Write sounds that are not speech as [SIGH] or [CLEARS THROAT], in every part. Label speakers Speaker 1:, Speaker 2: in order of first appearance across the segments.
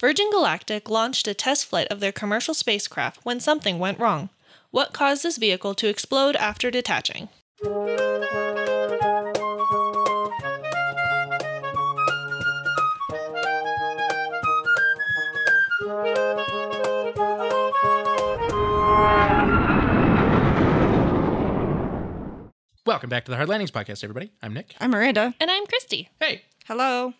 Speaker 1: Virgin Galactic launched a test flight of their commercial spacecraft when something went wrong. What caused this vehicle to explode after detaching?
Speaker 2: Welcome back to the Hard Landings Podcast, everybody. I'm Nick.
Speaker 3: I'm Miranda.
Speaker 1: And I'm Christy.
Speaker 2: Hey,
Speaker 3: Hello.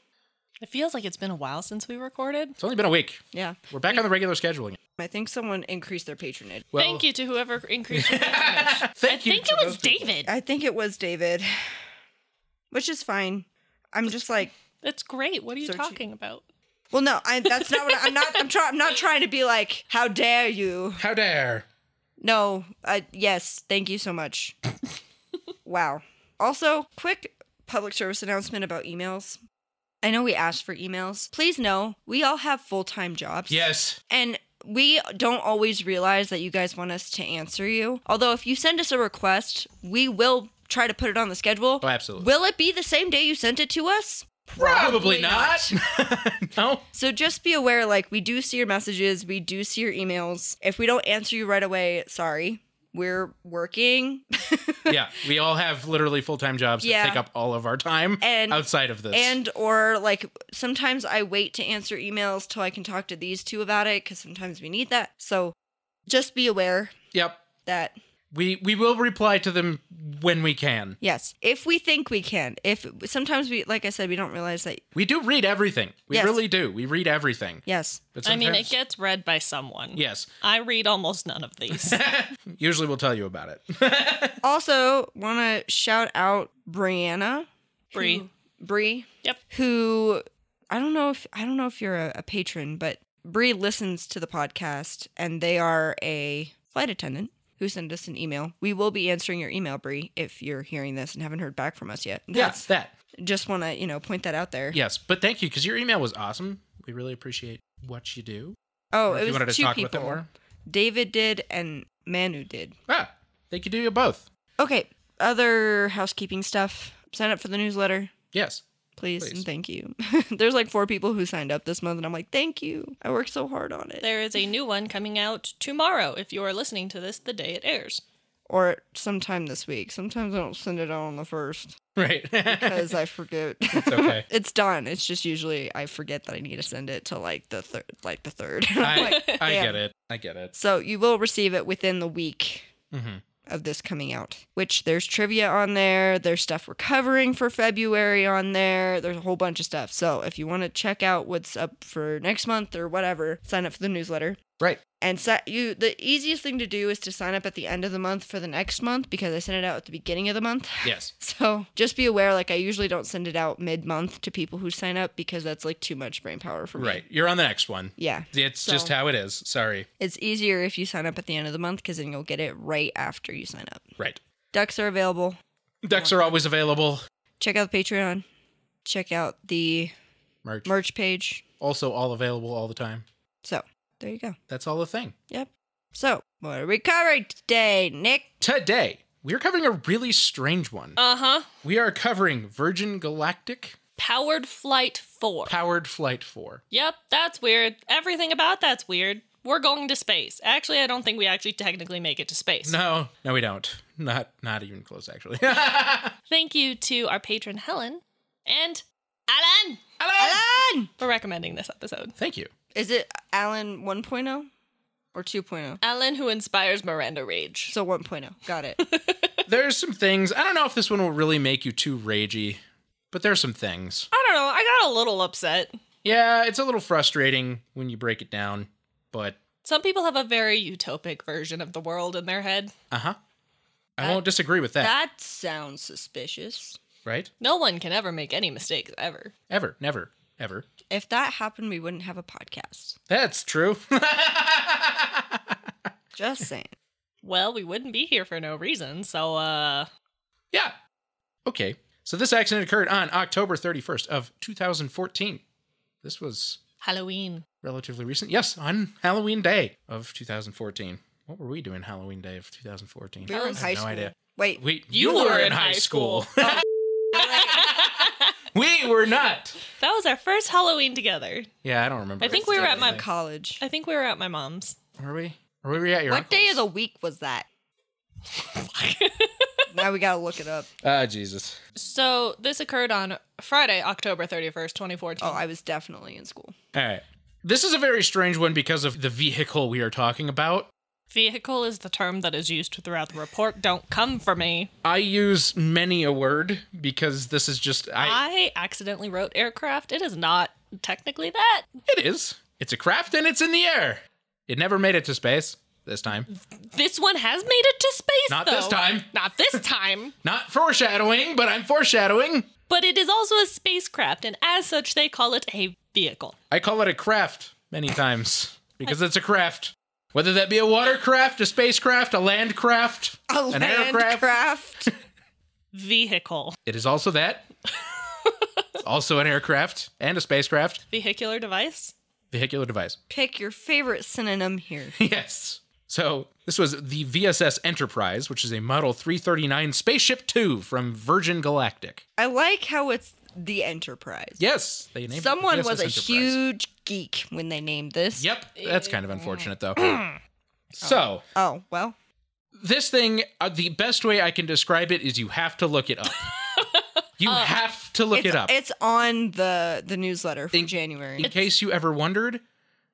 Speaker 1: It feels like it's been a while since we recorded.
Speaker 2: it's only been a week.
Speaker 3: Yeah.
Speaker 2: We're back on the regular scheduling.
Speaker 3: I think someone increased their patronage.
Speaker 2: Well,
Speaker 1: Thank you to whoever increased
Speaker 2: [LAUGHS]
Speaker 1: your patronage. I
Speaker 2: Thank you
Speaker 1: think
Speaker 2: to
Speaker 1: it was
Speaker 2: those people.
Speaker 1: David.
Speaker 3: I think it was David, which is fine. I'm just like,
Speaker 1: That's great. What are you
Speaker 3: Searching.
Speaker 1: talking about?
Speaker 3: well, no, I, that's not what I, am not. I'm trying. I'm not trying to be like, how dare you?
Speaker 2: How dare?
Speaker 3: No. Uh, yes. Thank you so [LAUGHS] much. wow. Also, quick public service announcement about emails. I know we asked for emails. Please know we all have full time jobs.
Speaker 2: Yes.
Speaker 3: And we don't always realize that you guys want us to answer you. Although, if you send us a request, we will try to put it on the schedule.
Speaker 2: Oh, absolutely.
Speaker 3: Will it be the same day you sent it to us?
Speaker 2: Probably not. [LAUGHS] no.
Speaker 3: So just be aware like, we do see your messages, we do see your emails. If we don't answer you right away, sorry. We're working.
Speaker 2: Yeah, we all have literally full time jobs
Speaker 3: Yeah.
Speaker 2: that take up all of our time
Speaker 3: And-
Speaker 2: outside of this.
Speaker 3: And or like sometimes I wait to answer emails till I can talk to these two about it because sometimes we need that. So just be aware
Speaker 2: yep,
Speaker 3: that
Speaker 2: we we will reply to them when we can.
Speaker 3: Yes, if we think we can. If sometimes we, like I said, we don't realize that.
Speaker 2: We do read everything. We
Speaker 3: Yes.
Speaker 2: really do. We read everything.
Speaker 3: Yes,
Speaker 2: But
Speaker 1: I mean, it
Speaker 2: sometimes-
Speaker 1: gets read by someone.
Speaker 2: yes.
Speaker 1: I read almost none of
Speaker 2: [LAUGHS]
Speaker 1: these.
Speaker 2: Usually, we'll tell you about it. [LAUGHS]
Speaker 3: Also, want to shout out Brianna.
Speaker 1: Bree.
Speaker 3: who- Bree.
Speaker 1: Yep.
Speaker 3: Who I don't know if I don't know if you're a, a patron, but Bree listens to the podcast, and they are a flight attendant who sent us an email. We will be answering your email, Bree, if you're hearing this and haven't heard back from us yet.
Speaker 2: yes, that.
Speaker 3: Just want to you know point that out there.
Speaker 2: Yes, but thank you because your email was awesome. We really appreciate what you do.
Speaker 3: Oh,
Speaker 2: If
Speaker 3: it
Speaker 2: you
Speaker 3: was
Speaker 2: wanted to
Speaker 3: two
Speaker 2: talk
Speaker 3: people.
Speaker 2: about that more?
Speaker 3: David did, and Manu did.
Speaker 2: Ah, they could do you both.
Speaker 3: Okay, other housekeeping stuff. Sign up for the newsletter,
Speaker 2: Yes.
Speaker 3: please,
Speaker 2: Please.
Speaker 3: and thank you. [LAUGHS] There's like four people who signed up this month, and I'm like, thank you. I worked so hard on it.
Speaker 1: There is a new one coming out tomorrow if you are listening to this the day it airs.
Speaker 3: Or sometime this week. Sometimes I don't send it out on
Speaker 2: [LAUGHS]
Speaker 3: the first
Speaker 2: Right.
Speaker 3: because I forget.
Speaker 2: it's okay.
Speaker 3: [LAUGHS] It's done. It's just usually I forget that I need to send it to like the third, like the third. [LAUGHS] I'm
Speaker 2: I,
Speaker 3: like,
Speaker 2: I
Speaker 3: damn.
Speaker 2: get it. I get it.
Speaker 3: So you will receive it within the week
Speaker 2: hmm
Speaker 3: of this coming out, which there's trivia on there, there's stuff we're covering for February on there, there's a whole bunch of stuff. So if you want to check out what's up for next month or whatever, sign up for the newsletter.
Speaker 2: Right.
Speaker 3: And si- you the easiest thing to do is to sign up at the end of the month for the next month because I send it out at the beginning of the month.
Speaker 2: Yes.
Speaker 3: [LAUGHS] So just be aware like I usually don't send it out mid-month to people who sign up because that's like too much brain power for me.
Speaker 2: Right. You're on the next one.
Speaker 3: Yeah.
Speaker 2: It's
Speaker 3: So-
Speaker 2: just how it is. Sorry.
Speaker 3: It's easier if you sign up at the end of the month because then you'll get it right after you sign up.
Speaker 2: Right.
Speaker 3: Ducks are available.
Speaker 2: Decks are always available.
Speaker 3: check out the Patreon, check out the
Speaker 2: Merch.
Speaker 3: merch page.
Speaker 2: Also, all available all the time.
Speaker 3: So there you go.
Speaker 2: That's all the thing.
Speaker 3: Yep. So what are we covering today, Nick?
Speaker 2: Today, we're covering a really strange one.
Speaker 3: Oh.
Speaker 1: Uh huh.
Speaker 2: we are covering Virgin Galactic
Speaker 1: Powered Flight 4.
Speaker 2: Powered Flight 4.
Speaker 1: yep, that's weird. Everything about that's weird. We're going to space. Actually, I don't think we actually technically make it to space.
Speaker 2: No, no, we don't. Not, not even close, actually. [LAUGHS]
Speaker 1: Thank you to our patron Helen and Alan
Speaker 3: Alan.
Speaker 1: for recommending this episode.
Speaker 2: Thank you.
Speaker 3: Is it Alan 1.0 or 2.0?
Speaker 1: Alan, who inspires Miranda [LAUGHS] Rage.
Speaker 3: So 1.0.
Speaker 2: [LAUGHS]
Speaker 3: Got it.
Speaker 2: There's some things. I don't know if this one will really make you too ragey, but there's some things.
Speaker 1: I don't know. I got a little upset.
Speaker 2: Yeah, it's a little frustrating when you break it down, but
Speaker 1: Some people have a very utopic version of the world in their head.
Speaker 2: uh huh. I won't disagree with that,
Speaker 3: that sounds suspicious.
Speaker 2: right?
Speaker 1: No one can ever make any mistakes ever.
Speaker 2: Ever, never, ever.
Speaker 3: If that happened, we wouldn't have a podcast.
Speaker 2: That's true. [LAUGHS]
Speaker 3: Just saying.
Speaker 1: Well, we wouldn't be here for no reason, so uh
Speaker 2: yeah. Okay. So this accident occurred on October 31st of 2014. This was
Speaker 1: Halloween.
Speaker 2: relatively recent. Yes, on Halloween Day of 2014. What were we doing Halloween Day of 2014?
Speaker 3: We were in
Speaker 2: I have
Speaker 3: high
Speaker 2: no
Speaker 3: school.
Speaker 2: idea.
Speaker 3: Wait.
Speaker 2: Wait,
Speaker 1: You were in high school.
Speaker 2: [LAUGHS] we were not.
Speaker 1: That was our first Halloween together.
Speaker 2: Yeah, I don't remember.
Speaker 1: I think we were at my-
Speaker 3: college.
Speaker 1: I think we were at my mom's. [LAUGHS]
Speaker 2: Were we? Or were we at your?
Speaker 3: what day of
Speaker 2: uncle's?
Speaker 3: the week was that? now we gotta look it up.
Speaker 2: Ah, Jesus.
Speaker 1: so this occurred on Friday, October 31st, 2014.
Speaker 3: Oh, I was definitely in school.
Speaker 2: All right. This is a very strange one because of the vehicle we are talking about.
Speaker 1: Vehicle is the term that is used throughout the report. Don't come for me.
Speaker 2: I use many a word because this is just
Speaker 1: I
Speaker 2: I,
Speaker 1: accidentally wrote aircraft. It is not technically that.
Speaker 2: it is. It's a craft and it's in the air. It never made it to space this time.
Speaker 1: This one has made it to space.
Speaker 2: Not
Speaker 1: though.
Speaker 2: this time.
Speaker 1: Not this time.
Speaker 2: Not foreshadowing, but I'm foreshadowing.
Speaker 1: but it is also a spacecraft, and as such, they call it a vehicle.
Speaker 2: I call it a craft many times because it's a craft. Whether that be a watercraft, a spacecraft, a landcraft,
Speaker 3: A
Speaker 2: an aircraft,
Speaker 3: landcraft.
Speaker 1: Vehicle.
Speaker 2: it is also
Speaker 3: [LAUGHS]
Speaker 2: that. it's also an aircraft and a spacecraft,
Speaker 1: Vehicular device.
Speaker 2: vehicular device. [LAUGHS]
Speaker 3: Pick your favorite synonym here.
Speaker 2: yes. So this was the VSS Enterprise, which is a Model 339 Spaceship 2 from Virgin Galactic.
Speaker 3: I like how it's the Enterprise.
Speaker 2: Yes, they named it the
Speaker 3: Someone
Speaker 2: VSS
Speaker 3: was a
Speaker 2: Enterprise.
Speaker 3: huge geek when they named this.
Speaker 2: Yep, that's kind of unfortunate
Speaker 3: [CLEARS THROAT]
Speaker 2: though. so
Speaker 3: Oh well,
Speaker 2: this thing, uh, the best way I can describe it is you have to look it up. you have to look
Speaker 3: it's,
Speaker 2: it up.
Speaker 3: It's on the the newsletter from
Speaker 2: In-
Speaker 3: January.
Speaker 2: In case you ever wondered,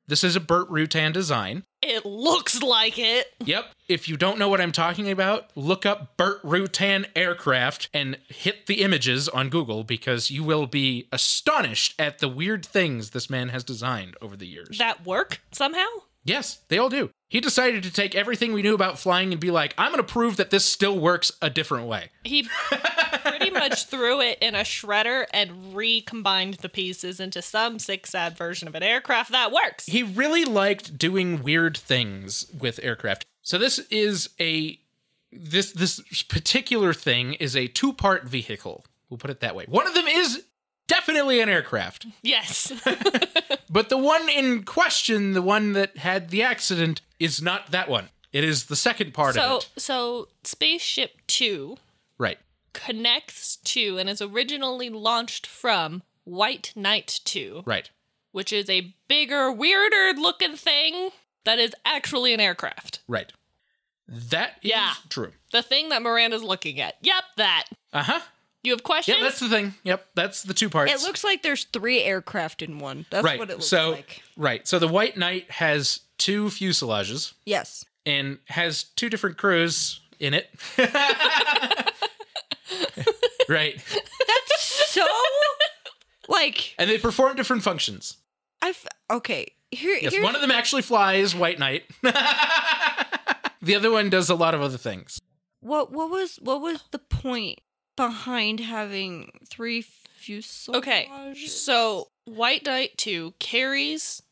Speaker 2: this is a Burt Rutan design.
Speaker 1: It looks like it.
Speaker 2: Yep. If you don't know what I'm talking about, look up Burt Rutan aircraft and hit the images on Google because you will be astonished at the weird things this man has designed over the years.
Speaker 1: That work somehow?
Speaker 2: yes, they all do. He decided to take everything we knew about flying and be like, I'm going to prove that this still works a different way.
Speaker 1: He pretty much threw it in a shredder and recombined the pieces into some sick, sad version of an aircraft that works.
Speaker 2: He really liked doing weird things with aircraft. So this is a this this particular thing is a two-part vehicle. We'll put it that way. One of them is definitely an aircraft. [LAUGHS]
Speaker 1: Yes.
Speaker 2: But the one in question, the one that had the accident, is not that one. It is the second part
Speaker 1: so,
Speaker 2: of it.
Speaker 1: so Spaceship Two
Speaker 2: Right.
Speaker 1: connects to and is originally launched from White Knight Two,
Speaker 2: Right.
Speaker 1: which is a bigger, weirder looking thing that is actually an aircraft.
Speaker 2: Right. That is
Speaker 1: Yeah.
Speaker 2: true.
Speaker 1: The thing that Miranda's looking at. Yep, that.
Speaker 2: Uh-huh.
Speaker 1: You have
Speaker 2: Yeah,
Speaker 1: questions?
Speaker 2: that's the thing. Yep, that's the two parts.
Speaker 3: It looks like there's three aircraft in one. That's
Speaker 2: right.
Speaker 3: what it looks
Speaker 2: so
Speaker 3: like.
Speaker 2: right. So the White Knight has two fuselages [LAUGHS]
Speaker 3: Yes.
Speaker 2: and has two different crews in it. [LAUGHS] right.
Speaker 3: That's so like
Speaker 2: And they perform different functions.
Speaker 3: I've okay. Here,
Speaker 2: Yes,
Speaker 3: here
Speaker 2: one of them actually flies White Knight. the other one does a lot of other things.
Speaker 3: what what was what was the point behind having three fuselages?
Speaker 1: Okay. So White Knight 2 carries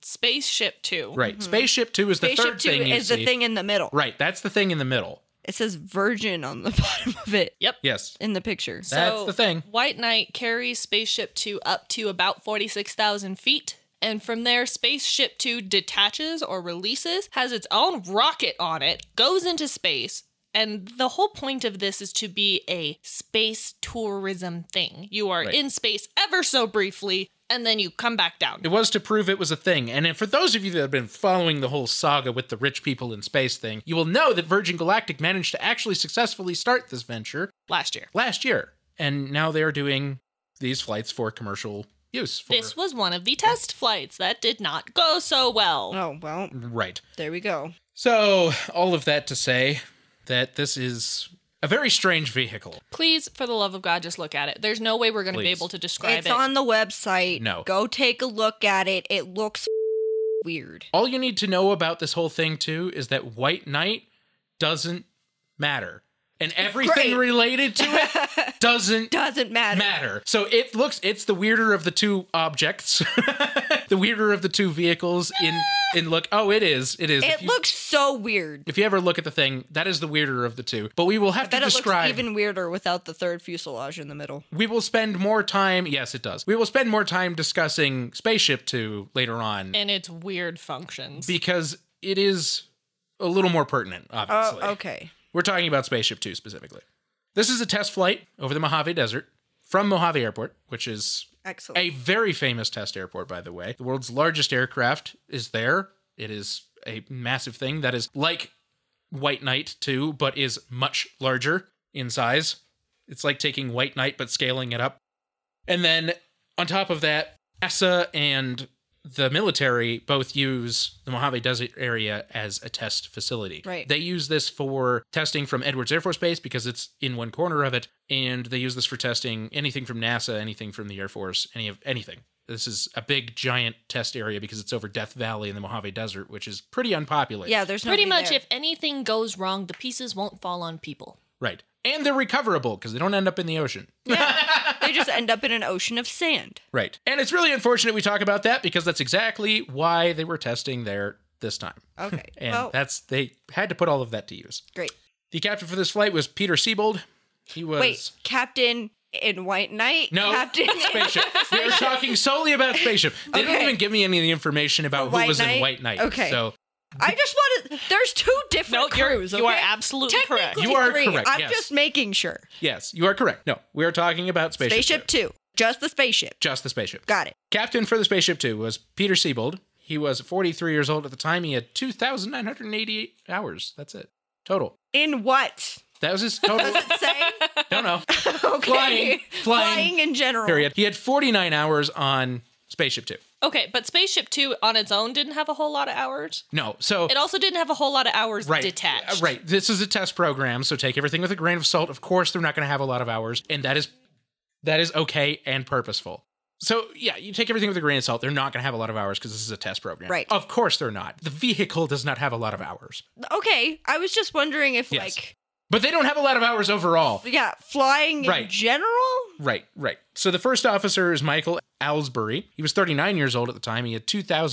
Speaker 1: Spaceship 2.
Speaker 2: Right. Spaceship 2 is the
Speaker 3: Mm-hmm. Spaceship
Speaker 2: third
Speaker 3: two
Speaker 2: thing you
Speaker 3: is
Speaker 2: see.
Speaker 3: the thing in the middle.
Speaker 2: Right. That's the thing in the middle.
Speaker 3: It says Virgin on the [LAUGHS] bottom of it
Speaker 1: Yep.
Speaker 2: Yes.
Speaker 3: in the picture.
Speaker 1: So
Speaker 2: That's the thing.
Speaker 1: White Knight carries Spaceship 2 up to about 46,000 feet. And from there, Spaceship 2 detaches or releases, has its own rocket on it, goes into space. And the whole point of this is to be a space tourism thing. You are
Speaker 2: Right.
Speaker 1: in space ever so briefly, and then you come back down.
Speaker 2: It was to prove it was a thing. And then for those of you that have been following the whole saga with the rich people in space thing, you will know that Virgin Galactic managed to actually successfully start this venture
Speaker 1: Last year.
Speaker 2: last year. And now they are doing these flights for commercial use. For,
Speaker 1: This was one of the test flights that did not go so well.
Speaker 3: Oh well,
Speaker 2: right.
Speaker 3: there we go.
Speaker 2: So, all of that to say that this is a very strange vehicle.
Speaker 1: Please, for the love of God, just look at it. There's no way we're going to be
Speaker 2: Please.
Speaker 1: able to describe
Speaker 3: it's
Speaker 1: it.
Speaker 3: on the website.
Speaker 2: No.
Speaker 3: Go take a look at it. It looks [LAUGHS] weird.
Speaker 2: All you need to know about this whole thing too is that White Knight doesn't matter. And everything
Speaker 3: Great.
Speaker 2: related to it doesn't
Speaker 3: Doesn't matter.
Speaker 2: matter. So it looks it's the weirder of the two objects. [LAUGHS] the weirder of the two vehicles in in look. Oh, it is. It is.
Speaker 3: It
Speaker 2: if you,
Speaker 3: looks so weird.
Speaker 2: if you ever look at the thing, that is the weirder of the two. But we will have to
Speaker 3: That it looks
Speaker 2: describe
Speaker 3: even weirder without the third fuselage in the middle.
Speaker 2: we will spend more time yes it does. We will spend more time discussing Spaceship 2 later on
Speaker 1: and its weird functions.
Speaker 2: because it is a little more pertinent,
Speaker 3: Oh,
Speaker 2: obviously.
Speaker 3: okay.
Speaker 2: We're talking about Spaceship Two specifically. This is a test flight over the Mojave Desert from Mojave Airport, which is
Speaker 3: Excellent.
Speaker 2: a very famous test airport, by the way. The world's largest aircraft is there. It is a massive thing that is like White Knight 2, but is much larger in size. It's like taking White Knight, but scaling it up. And then on top of that, NASA and the military both use the Mojave Desert area as a test facility.
Speaker 3: Right.
Speaker 2: They use this for testing from Edwards Air Force Base because it's in one corner of it, and they use this for testing anything from NASA, anything from the Air Force, any of anything. This is a big giant test area because it's over Death Valley in the Mojave Desert, which is pretty unpopulated.
Speaker 3: yeah, there's
Speaker 1: Pretty
Speaker 3: nobody
Speaker 1: much,
Speaker 3: there.
Speaker 1: if anything goes wrong, the pieces won't fall on people.
Speaker 2: Right. And they're recoverable because they don't end up in the ocean.
Speaker 3: yeah, they just end up in an ocean of sand.
Speaker 2: [LAUGHS] Right. And it's really unfortunate we talk about that because that's exactly why they were testing there this time.
Speaker 3: Okay.
Speaker 2: And
Speaker 3: well,
Speaker 2: that's they had to put all of that to use.
Speaker 3: great.
Speaker 2: The captain for this flight was Peter Siebold. He was
Speaker 3: Wait, Captain in White Knight.
Speaker 2: no [LAUGHS]
Speaker 3: Captain. [LAUGHS]
Speaker 2: spaceship. We were talking solely about spaceship. They didn't
Speaker 3: Okay.
Speaker 2: even give me any of the information about who
Speaker 3: White
Speaker 2: was in
Speaker 3: Knight?
Speaker 2: White Knight.
Speaker 3: Okay.
Speaker 2: So
Speaker 3: I just want to. There's two different
Speaker 1: you're,
Speaker 3: crews.
Speaker 1: you are
Speaker 3: okay?
Speaker 1: absolutely correct.
Speaker 3: Technically
Speaker 2: You are
Speaker 3: three.
Speaker 2: correct,
Speaker 3: I'm
Speaker 2: yes.
Speaker 3: just making sure.
Speaker 2: yes, you are correct. No, we are talking about spaceship.
Speaker 3: Spaceship
Speaker 2: Two.
Speaker 3: two. Just the spaceship.
Speaker 2: Just the spaceship.
Speaker 3: Got it.
Speaker 2: Captain for the Spaceship Two was Peter Siebold. He was 43 years old at the time. He had 2,988 hours. That's it. Total.
Speaker 1: [LAUGHS]
Speaker 3: In what?
Speaker 2: That was his total.
Speaker 3: [LAUGHS] Does it say?
Speaker 2: don't know.
Speaker 3: okay.
Speaker 2: Flying. Flying.
Speaker 3: in general.
Speaker 2: Period. He had 49 hours on Spaceship Two.
Speaker 1: Okay, but Spaceship Two on its own didn't have a whole lot of hours.
Speaker 2: No. So
Speaker 1: It also didn't have a whole lot of hours
Speaker 2: right.
Speaker 1: detached.
Speaker 2: Uh, Right. This is a test program, so take everything with a grain of salt. Of course, they're not going to have a lot of hours, and that is that is okay and purposeful. So yeah, you take everything with a grain of salt. They're not going to have a lot of hours because this is a test program.
Speaker 3: Right.
Speaker 2: Of course they're not. The vehicle does not have a lot of hours.
Speaker 3: Okay. I was just wondering if,
Speaker 2: Yes.
Speaker 3: like,
Speaker 2: But they don't have a lot of hours overall.
Speaker 3: yeah, flying
Speaker 2: Right.
Speaker 3: in general?
Speaker 2: Right, right. So the first officer is Michael Alsbury. He was 39 years old at the time. He had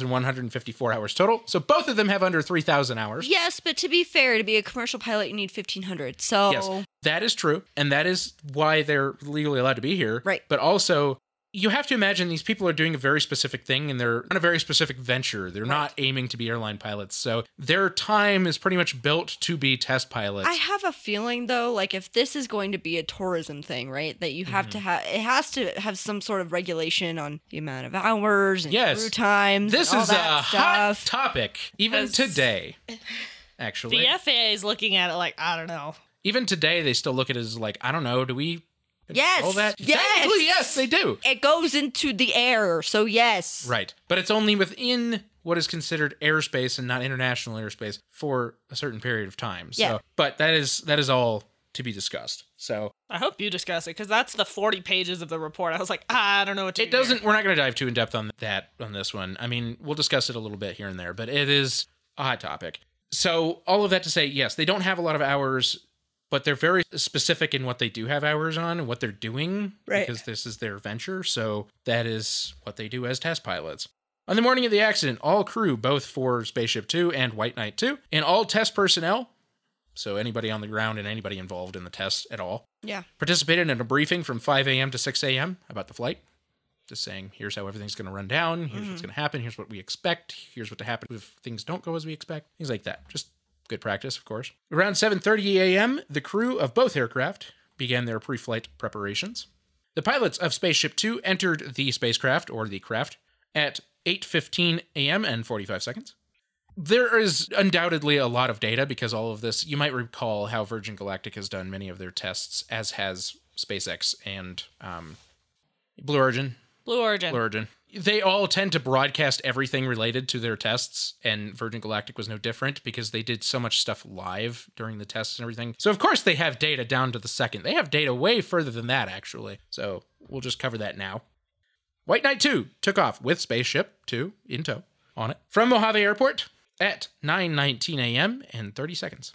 Speaker 2: 2,154 hours total. So both of them have under 3,000 hours.
Speaker 3: Yes, but to be fair, to be a commercial pilot, you need 1,500. So,
Speaker 2: Yes, that is true. And that is why they're legally allowed to be here.
Speaker 3: Right.
Speaker 2: But also, you have to imagine these people are doing a very specific thing and they're on a very specific venture. They're not aiming to be airline pilots. So their time is pretty much built to be test pilots.
Speaker 3: I have a feeling, though, like, if this is going to be a tourism thing, right, that you have to
Speaker 2: Mm-hmm.
Speaker 3: have, it has to have some sort of regulation on the amount of hours and
Speaker 2: Yes.
Speaker 3: crew times.
Speaker 2: this
Speaker 3: and all
Speaker 2: is a
Speaker 3: that
Speaker 2: hot
Speaker 3: stuff.
Speaker 2: topic, even
Speaker 1: As-
Speaker 3: [LAUGHS]
Speaker 2: today. Actually,
Speaker 1: The FAA is looking at it like I don't know.
Speaker 2: even today, they still look at it as like, I don't know, do we
Speaker 3: Yes.
Speaker 2: all that?
Speaker 3: Yes.
Speaker 2: Technically, yes, they do.
Speaker 3: It goes into the air, so yes.
Speaker 2: Right. But it's only within what is considered airspace and not international airspace for a certain period of time. So
Speaker 3: Yeah.
Speaker 2: but that is that is all to be discussed. So
Speaker 1: I hope you discuss it because that's the forty pages of the report. I was like, I don't know what to
Speaker 2: it
Speaker 1: do here."
Speaker 2: doesn't we're not gonna dive too in depth on that on this one. I mean, we'll discuss it a little bit here and there, but it is a hot topic. So all of that to say, yes, they don't have a lot of hours, but they're very specific in what they do have hours on and what they're doing.
Speaker 3: Right.
Speaker 2: Because this is their venture, so that is what they do as test pilots. On the morning of the accident, all crew, both for Spaceship Two and White Knight Two, and all test personnel, so anybody on the ground and anybody involved in the test at all,
Speaker 3: Yeah.
Speaker 2: participated in a briefing from 5 a.m. to 6 a.m. about the flight. Just saying, here's how everything's going to run down. Here's what's going to happen. Here's what we expect. Here's what to happen if things don't go as we expect. Things like that. Just good practice, of course. Around 7:30 a.m., the crew of both aircraft began their pre-flight preparations. The pilots of Spaceship Two entered the spacecraft or the craft at 8:15 a.m. and 45 seconds. There is undoubtedly a lot of data because all of this, you might recall how Virgin Galactic has done many of their tests, as has SpaceX and um, Blue Origin.
Speaker 1: Blue Origin.
Speaker 2: Blue Origin. They all tend to broadcast everything related to their tests, and Virgin Galactic was no different because they did so much stuff live during the tests and everything. So, of course, they have data down to the second. They have data way further than that, actually. So, we'll just cover that now. White Knight 2 took off with Spaceship 2 in tow on it from Mojave Airport at 9:19 a.m. and 30 seconds.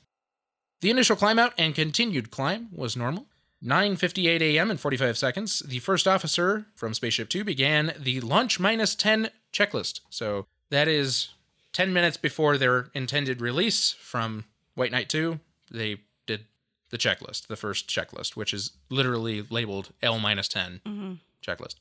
Speaker 2: The initial climb out and continued climb was normal. 9:58 a.m. and 45 seconds, the first officer from Spaceship 2 began the launch minus 10 checklist. So that is 10 minutes before their intended release from White Knight 2, they did the checklist, the first checklist, which is literally labeled L minus 10 checklist.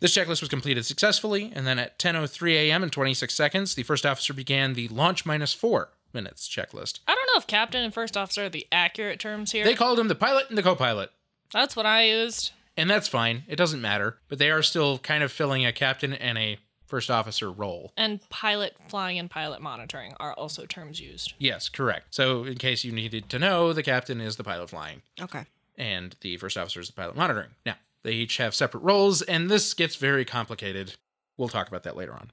Speaker 2: This checklist was completed successfully, and then at 10:03 a.m. and 26 seconds, the first officer began the launch minus 4 minutes checklist.
Speaker 1: I don't know if captain and first officer are the accurate terms here.
Speaker 2: They called him the pilot and the co-pilot.
Speaker 1: That's what I used.
Speaker 2: And that's fine. It doesn't matter. But they are still kind of filling a captain and a first officer role.
Speaker 1: And pilot flying and pilot monitoring are also terms used.
Speaker 2: Yes, correct. So, in case you needed to know, the captain is the pilot flying
Speaker 3: Okay.
Speaker 2: and the first officer is the pilot monitoring. Now, they each have separate roles, and this gets very complicated. We'll talk about that later on.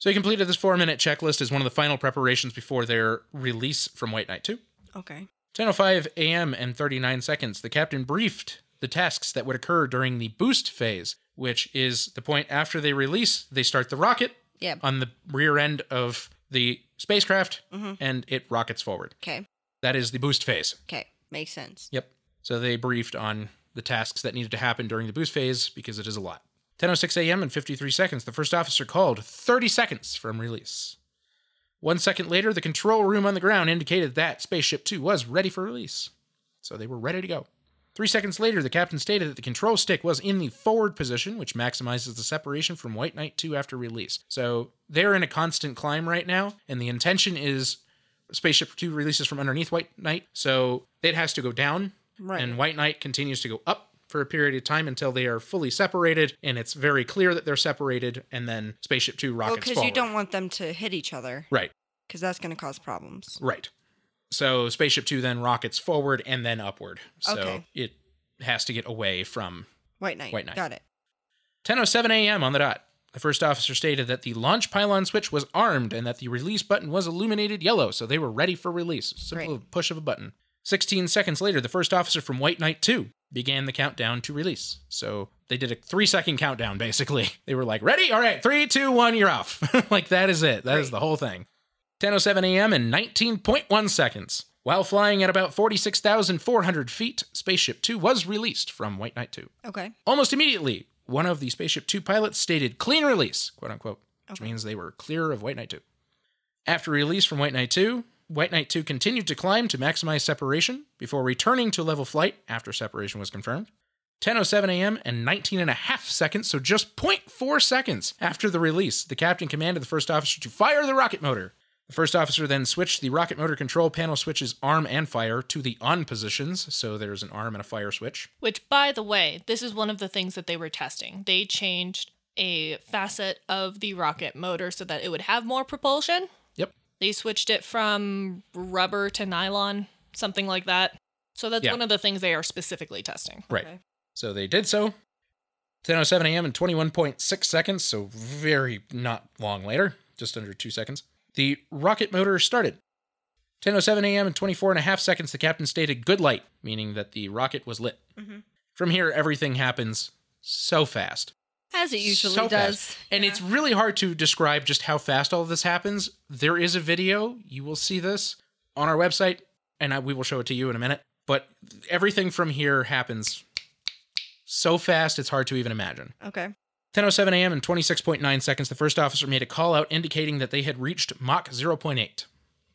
Speaker 2: So, he completed this four minute checklist as one of the final preparations before their release from White Knight 2.
Speaker 3: Okay.
Speaker 2: 10:05 a.m. and 39 seconds, the captain briefed the tasks that would occur during the boost phase, which is the point after they release, they start the rocket
Speaker 3: Yeah.
Speaker 2: on the rear end of the spacecraft and it rockets forward.
Speaker 3: Okay.
Speaker 2: That is the boost phase.
Speaker 3: Okay. Makes sense.
Speaker 2: Yep. So they briefed on the tasks that needed to happen during the boost phase because it is a lot. 10:06 a.m. and 53 seconds, the first officer called 30 seconds from release. 1 second later, the control room on the ground indicated that spaceship 2 was ready for release. So they were ready to go. 3 seconds later, the captain stated that the control stick was in the forward position, which maximizes the separation from White Knight 2 after release. So they're in a constant climb right now, and the intention is Spaceship Two releases from underneath White Knight, so it has to go down,
Speaker 3: Right.
Speaker 2: and White Knight continues to go up for a period of time until they are fully separated, and it's very clear that they're separated, and then Spaceship Two
Speaker 3: Well,
Speaker 2: rockets
Speaker 3: because
Speaker 2: forward.
Speaker 3: you don't want them to hit each other,
Speaker 2: right,
Speaker 3: because that's going to cause problems.
Speaker 2: right. So Spaceship Two then rockets forward and then upward, so
Speaker 3: Okay.
Speaker 2: it has to get away from
Speaker 3: White Knight.
Speaker 2: White Knight.
Speaker 3: Got it.
Speaker 2: 10:07 a.m. on the dot. The first officer stated that the launch pylon switch was armed and that the release button was illuminated yellow, so they were ready for release. Simple push of a button. 16 seconds later, the first officer from White Knight 2 began the countdown to release. So they did a three second countdown, basically. [LAUGHS] They were like, ready? All right, three, two, one, you're off. [LAUGHS] like, that is it. That is the whole thing. 10:07 a.m. in 19.1 seconds. While flying at about 46,400 feet, Spaceship 2 was released from White Knight 2.
Speaker 3: Okay.
Speaker 2: Almost immediately, one of the Spaceship Two pilots stated clean release, quote unquote, which
Speaker 3: Okay.
Speaker 2: means they were clear of White Knight 2. After release from White Knight 2, White Knight 2 continued to climb to maximize separation before returning to level flight after separation was confirmed. 10.07 a.m. and 19 and a half seconds, so just 0.4 seconds after the release, the captain commanded the first officer to fire the rocket motor. The first officer then switched the rocket motor control panel switches arm and fire to the on positions, so there's an arm and a fire switch.
Speaker 1: Which, by the way, this is one of the things that they were testing. They changed a facet of the rocket motor so that it would have more propulsion.
Speaker 2: Yep.
Speaker 1: They switched it from rubber to nylon, something like that. So that's
Speaker 2: Yeah.
Speaker 1: one of the things they are specifically testing.
Speaker 2: Right.
Speaker 3: Okay.
Speaker 2: So they did so. 10:07 a.m. in 21.6 seconds, so very not long later, just under 2 seconds. The rocket motor started. 10:07 a.m. in 24 and a half seconds, the captain stated good light, meaning that the rocket was lit.
Speaker 3: Mhm.
Speaker 2: From here everything happens so fast.
Speaker 3: As it usually
Speaker 2: So
Speaker 3: does.
Speaker 2: fast. And it's really hard to describe just how fast all of this happens. There is a video, you will see this on our website, and I, we will show it to you in a minute. But everything from here happens so fast, it's hard to even imagine.
Speaker 3: Okay.
Speaker 2: 10:07 a.m. in 26.9 seconds, the first officer made a call out indicating that they had reached Mach 0.8,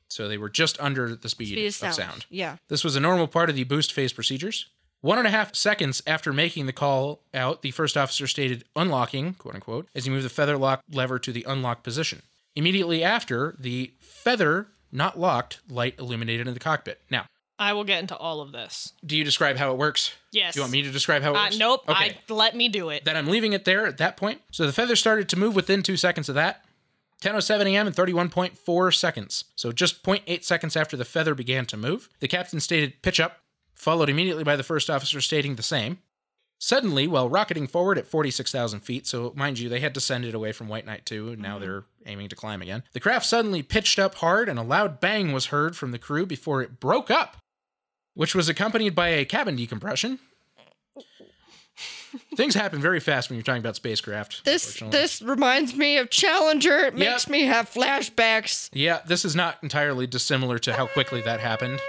Speaker 2: so they were just under the speed,
Speaker 3: Speed of
Speaker 2: of
Speaker 3: sound.
Speaker 2: sound.
Speaker 3: Yeah.
Speaker 2: This was a normal part of the boost phase procedures. One and a half seconds after making the call out, the first officer stated unlocking, quote unquote, as he moved the feather lock lever to the unlock position. Immediately after, the feather, not locked, light illuminated in the cockpit. Now,
Speaker 1: I will get into all of this.
Speaker 2: do you describe how it works?
Speaker 1: Yes.
Speaker 2: Do you want me to describe how it
Speaker 1: Uh,
Speaker 2: works?
Speaker 1: nope.
Speaker 2: Okay.
Speaker 1: I let me do it.
Speaker 2: Then I'm leaving it there at that point. So the feather started to move within two seconds of that. 10.07 a.m. and 31.4 seconds. So just 0.8 seconds after the feather began to move. The captain stated, pitch up, followed immediately by the first officer stating the same. Suddenly, while rocketing forward at 46,000 feet, so mind you, they had to send it away from White Knight 2, and now
Speaker 3: Mm-hmm.
Speaker 2: they're aiming to climb again. The craft suddenly pitched up hard, and a loud bang was heard from the crew before it broke up, which was accompanied by a cabin decompression. Things happen very fast when you're talking about spacecraft.
Speaker 3: This
Speaker 2: unfortunately.
Speaker 3: this reminds me of Challenger. It makes me have flashbacks.
Speaker 2: Yeah, this is not entirely dissimilar to how quickly that happened.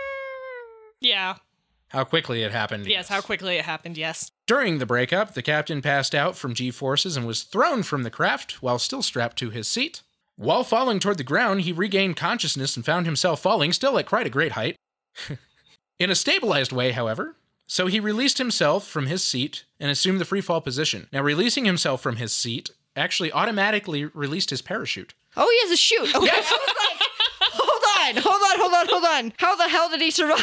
Speaker 1: yeah.
Speaker 2: How quickly it happened.
Speaker 1: Yes. How quickly it happened. Yes.
Speaker 2: During the breakup, the captain passed out from G forces and was thrown from the craft while still strapped to his seat. While falling toward the ground, he regained consciousness and found himself falling, still at quite a great height. [LAUGHS] In a stabilized way, however, so he released himself from his seat and assumed the free fall position. Now, releasing himself from his seat actually automatically released his parachute.
Speaker 3: Oh, he has a shoot. Okay. I was like, hold [LAUGHS] Hold on, hold on, hold on, hold on. How the hell did he survive?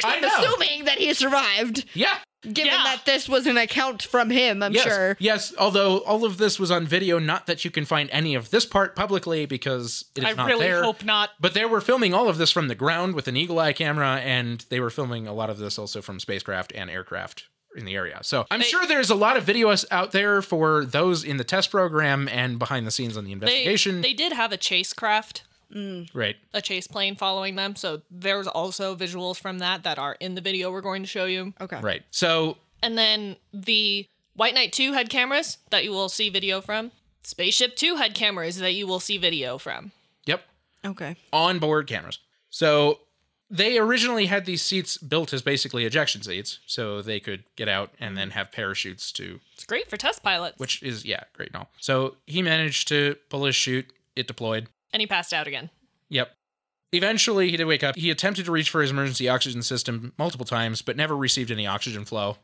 Speaker 2: [LAUGHS] I
Speaker 3: I'm
Speaker 2: know.
Speaker 3: assuming that he survived,
Speaker 2: Yeah.
Speaker 3: given
Speaker 1: Yeah.
Speaker 3: that this was an account from him, I'm
Speaker 2: Yes.
Speaker 3: sure.
Speaker 2: Yes. Although all of this was on video, not that you can find any of this part publicly because it is
Speaker 1: I
Speaker 2: not
Speaker 1: really
Speaker 2: there.
Speaker 1: hope not.
Speaker 2: But they were filming all of this from the ground with an eagle eye camera, and they were filming a lot of this also from spacecraft and aircraft in the area. So I'm sure there's a lot of videos out there for those in the test program and behind the scenes on the
Speaker 1: They,
Speaker 2: investigation.
Speaker 1: they did have a chase craft,
Speaker 2: right.
Speaker 1: a chase plane following them. So there's also visuals from that that are in the video we're going to show you.
Speaker 3: Okay.
Speaker 2: Right. So
Speaker 1: And then the White Knight 2 had cameras that you will see video from. Spaceship 2 had cameras that you will see video from.
Speaker 2: yep,
Speaker 3: Okay.
Speaker 2: onboard cameras. So they originally had these seats built as basically ejection seats, so they could get out and then have parachutes to
Speaker 1: It's great for test pilots.
Speaker 2: which is yeah, great and all. So he managed to pull his chute, it deployed.
Speaker 1: and he passed out again.
Speaker 2: Yep. Eventually, he did wake up. He attempted to reach for his emergency oxygen system multiple times, but never received any oxygen flow.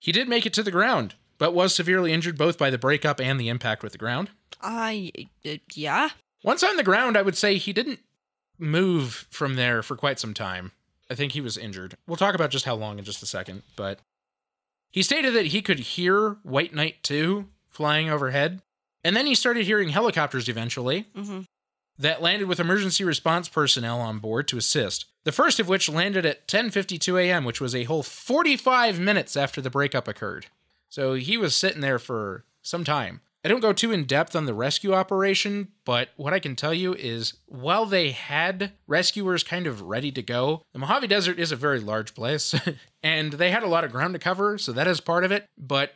Speaker 2: He did make it to the ground, but was severely injured both by the breakup and the impact with the ground.
Speaker 3: I, uh, yeah.
Speaker 2: Once on the ground, I would say he didn't move from there for quite some time. I think he was injured. We'll talk about just how long in just a second, but he stated that he could hear White Knight 2 flying overhead, and then he started hearing helicopters eventually
Speaker 3: Mm-hmm.
Speaker 2: that landed with emergency response personnel on board to assist. The first of which landed at 10:52 a.m., which was a whole 45 minutes after the breakup occurred. So he was sitting there for some time. I don't go too in depth on the rescue operation, but what I can tell you is while they had rescuers kind of ready to go, the Mojave Desert is a very large place [LAUGHS] and they had a lot of ground to cover, so that is part of it, but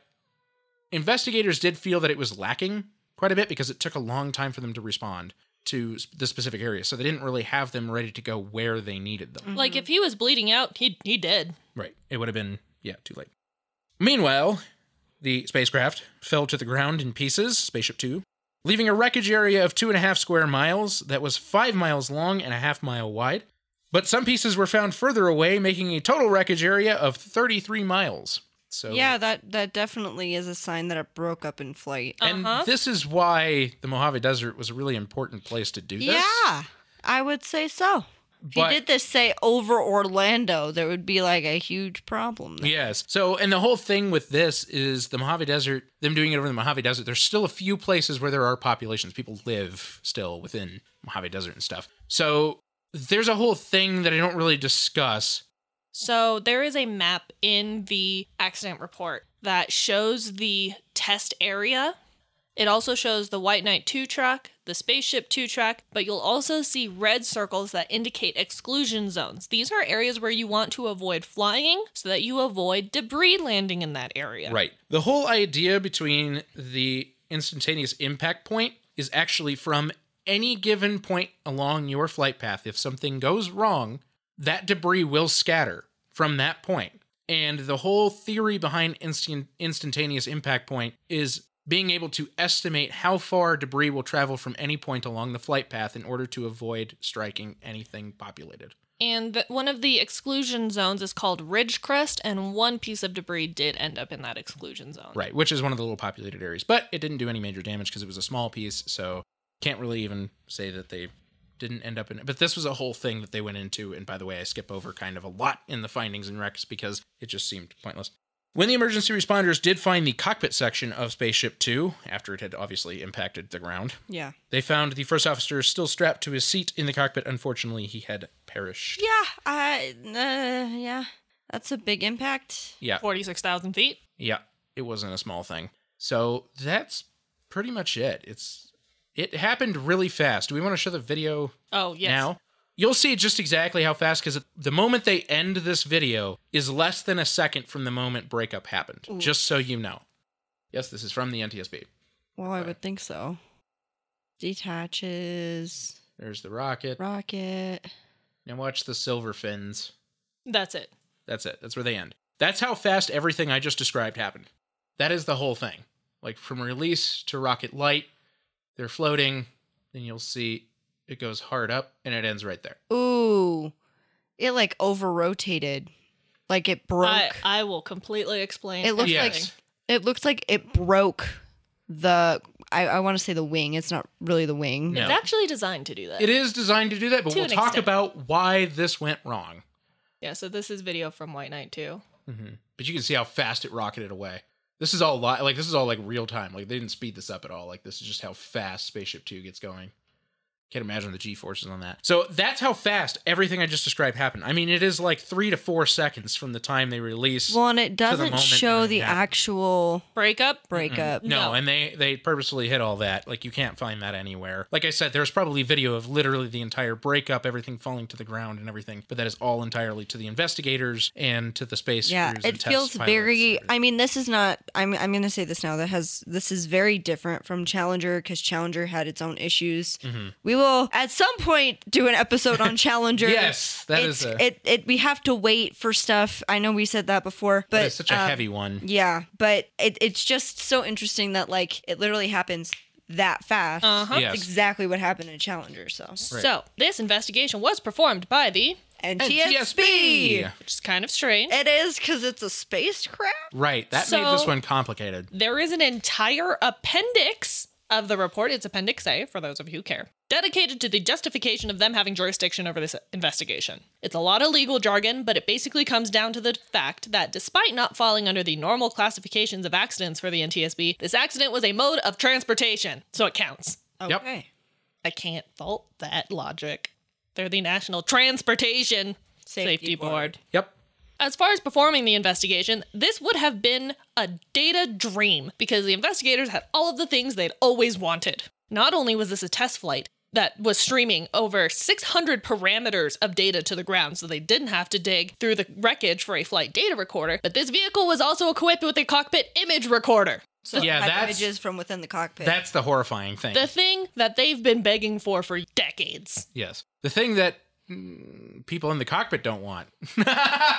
Speaker 2: investigators did feel that it was lacking quite a bit because it took a long time for them to respond to s- the specific area. So they didn't really have them ready to go where they needed them.
Speaker 1: Like if he was bleeding out, he he did.
Speaker 2: Right. It would have been, yeah, too late. Meanwhile, the spacecraft fell to the ground in pieces, Spaceship Two, leaving a wreckage area of two and a half square miles that was five miles long and a half mile wide. But some pieces were found further away, making a total wreckage area of 33 miles. So
Speaker 3: Yeah, that, that definitely is a sign that it broke up in flight.
Speaker 2: And
Speaker 1: Uh-huh.
Speaker 2: this is why the Mojave Desert was a really important place to do this.
Speaker 3: Yeah, I would say so. If
Speaker 2: But-
Speaker 3: you did this, say, over Orlando, there would be like a huge problem. there.
Speaker 2: Yes. So, and the whole thing with this is the Mojave Desert, them doing it over the Mojave Desert, there's still a few places where there are populations. People live still within Mojave Desert and stuff. So, there's a whole thing that I don't really discuss.
Speaker 1: So there is a map in the accident report that shows the test area. It also shows the White Knight 2 track, the Spaceship 2 track, but you'll also see red circles that indicate exclusion zones. These are areas where you want to avoid flying so that you avoid debris landing in that area.
Speaker 2: Right. The whole idea between the instantaneous impact point is actually from any given point along your flight path. If something goes wrong, that debris will scatter from that point. And the whole theory behind instant- instantaneous impact point is being able to estimate how far debris will travel from any point along the flight path in order to avoid striking anything populated.
Speaker 1: And the, one of the exclusion zones is called Ridge Crest, and one piece of debris did end up in that exclusion zone.
Speaker 2: Right, which is one of the little populated areas. But it didn't do any major damage because it was a small piece, so can't really even say that they didn't end up in it. But this was a whole thing that they went into, and by the way, I skip over kind of a lot in the findings and wrecks because it just seemed pointless. When the emergency responders did find the cockpit section of Spaceship Two, after it had obviously impacted the ground,
Speaker 3: Yeah.
Speaker 2: they found the first officer still strapped to his seat in the cockpit. Unfortunately, he had perished.
Speaker 3: Yeah. I, uh, yeah. That's a big impact.
Speaker 2: Yeah.
Speaker 1: 46,000 feet.
Speaker 2: Yeah, it wasn't a small thing. So that's pretty much it. It's it happened really fast. Do we want to show the video
Speaker 1: Oh, yes.
Speaker 2: now? You'll see just exactly how fast because the moment they end this video is less than a second from the moment breakup happened. Just so you know. Yes, this is from the NTSB.
Speaker 3: Well, I would think so. Detaches.
Speaker 2: There's the rocket.
Speaker 3: Rocket.
Speaker 2: Now watch the silver fins.
Speaker 1: That's it.
Speaker 2: That's it. That's where they end. That's how fast everything I just described happened. That is the whole thing. Like from release to rocket light, they're floating, then you'll see it goes hard up and it ends right there.
Speaker 3: Ooh. It like over rotated. Like it broke.
Speaker 1: I, I will completely explain.
Speaker 3: It looks
Speaker 1: everything.
Speaker 3: like- it looks like it broke the I, I want to say the wing. It's not really the wing.
Speaker 2: No.
Speaker 1: It's actually designed to do that.
Speaker 2: It is designed to do that, but
Speaker 1: uh, To an
Speaker 2: we'll talk
Speaker 1: extent.
Speaker 2: about why this went wrong.
Speaker 1: Yeah, so this is video from White Knight too.
Speaker 2: hmm But you can see how fast it rocketed away. This is all li- like this is all like real time. Like they didn't speed this up at all. Like this is just how fast Spaceship Two gets going. Can't imagine the G forces on that. So that's how fast everything I just described happened. I mean, it is like three to four seconds from the time they release.
Speaker 3: Well, and it doesn't
Speaker 2: moment and
Speaker 3: show
Speaker 2: then
Speaker 3: the
Speaker 2: it happens.
Speaker 3: actual
Speaker 1: Breakup.
Speaker 3: breakup.
Speaker 2: No,
Speaker 1: No.
Speaker 2: and they they purposely hit all that. Like you can't find that anywhere. Like I said, there's probably video of literally the entire breakup, everything falling to the ground and everything. But that is all entirely to the investigators and to the space.
Speaker 3: Yeah,
Speaker 2: crews and
Speaker 3: it
Speaker 2: test
Speaker 3: feels
Speaker 2: pilots.
Speaker 3: very. I mean, this is not. I'm. I'm going to say this now. That has. This is very different from Challenger because Challenger had its own issues.
Speaker 2: Mm-hmm.
Speaker 3: We will at some point do an episode
Speaker 2: [LAUGHS]
Speaker 3: on Challenger.
Speaker 2: Yes, that
Speaker 3: it's,
Speaker 2: is a-
Speaker 3: it. It. We have to wait for stuff. I know we said that before, but
Speaker 2: That is such a
Speaker 3: um,
Speaker 2: heavy one.
Speaker 3: Yeah, but it, it's just so interesting that like it literally happens that fast.
Speaker 1: Uh-huh.
Speaker 2: Yes.
Speaker 3: Exactly what happened in Challenger. So
Speaker 1: So this investigation was performed by the,
Speaker 3: and,
Speaker 2: And
Speaker 3: TSB.
Speaker 2: TSB.
Speaker 1: which is kind of strange.
Speaker 3: It is because it's a spacecraft.
Speaker 2: Right. That made
Speaker 1: So-
Speaker 2: this one complicated.
Speaker 1: There is an entire appendix of the report. It's Appendix A, for those of you who care, dedicated to the justification of them having jurisdiction over this investigation. It's a lot of legal jargon, but it basically comes down to the fact that despite not falling under the normal classifications of accidents for the NTSB, this accident was a mode of transportation, so it counts.
Speaker 2: Yep.
Speaker 1: I can't fault that logic. They're the National Transportation Safety,
Speaker 3: Safety
Speaker 1: Board.
Speaker 3: Board.
Speaker 2: Yep.
Speaker 1: As far as performing the investigation, this would have been a data dream because the investigators had all of the things they'd always wanted. Not only was this a test flight that was streaming over 600 parameters of data to the ground, so they didn't have to dig through the wreckage for a flight data recorder, but this vehicle was also equipped with a cockpit image recorder.
Speaker 3: So
Speaker 2: Yeah,
Speaker 3: have
Speaker 2: that's-
Speaker 3: images from within the cockpit.
Speaker 2: That's the horrifying thing.
Speaker 1: The thing that they've been begging for for decades.
Speaker 2: yes. The thing that mm, people in the cockpit don't want. [LAUGHS]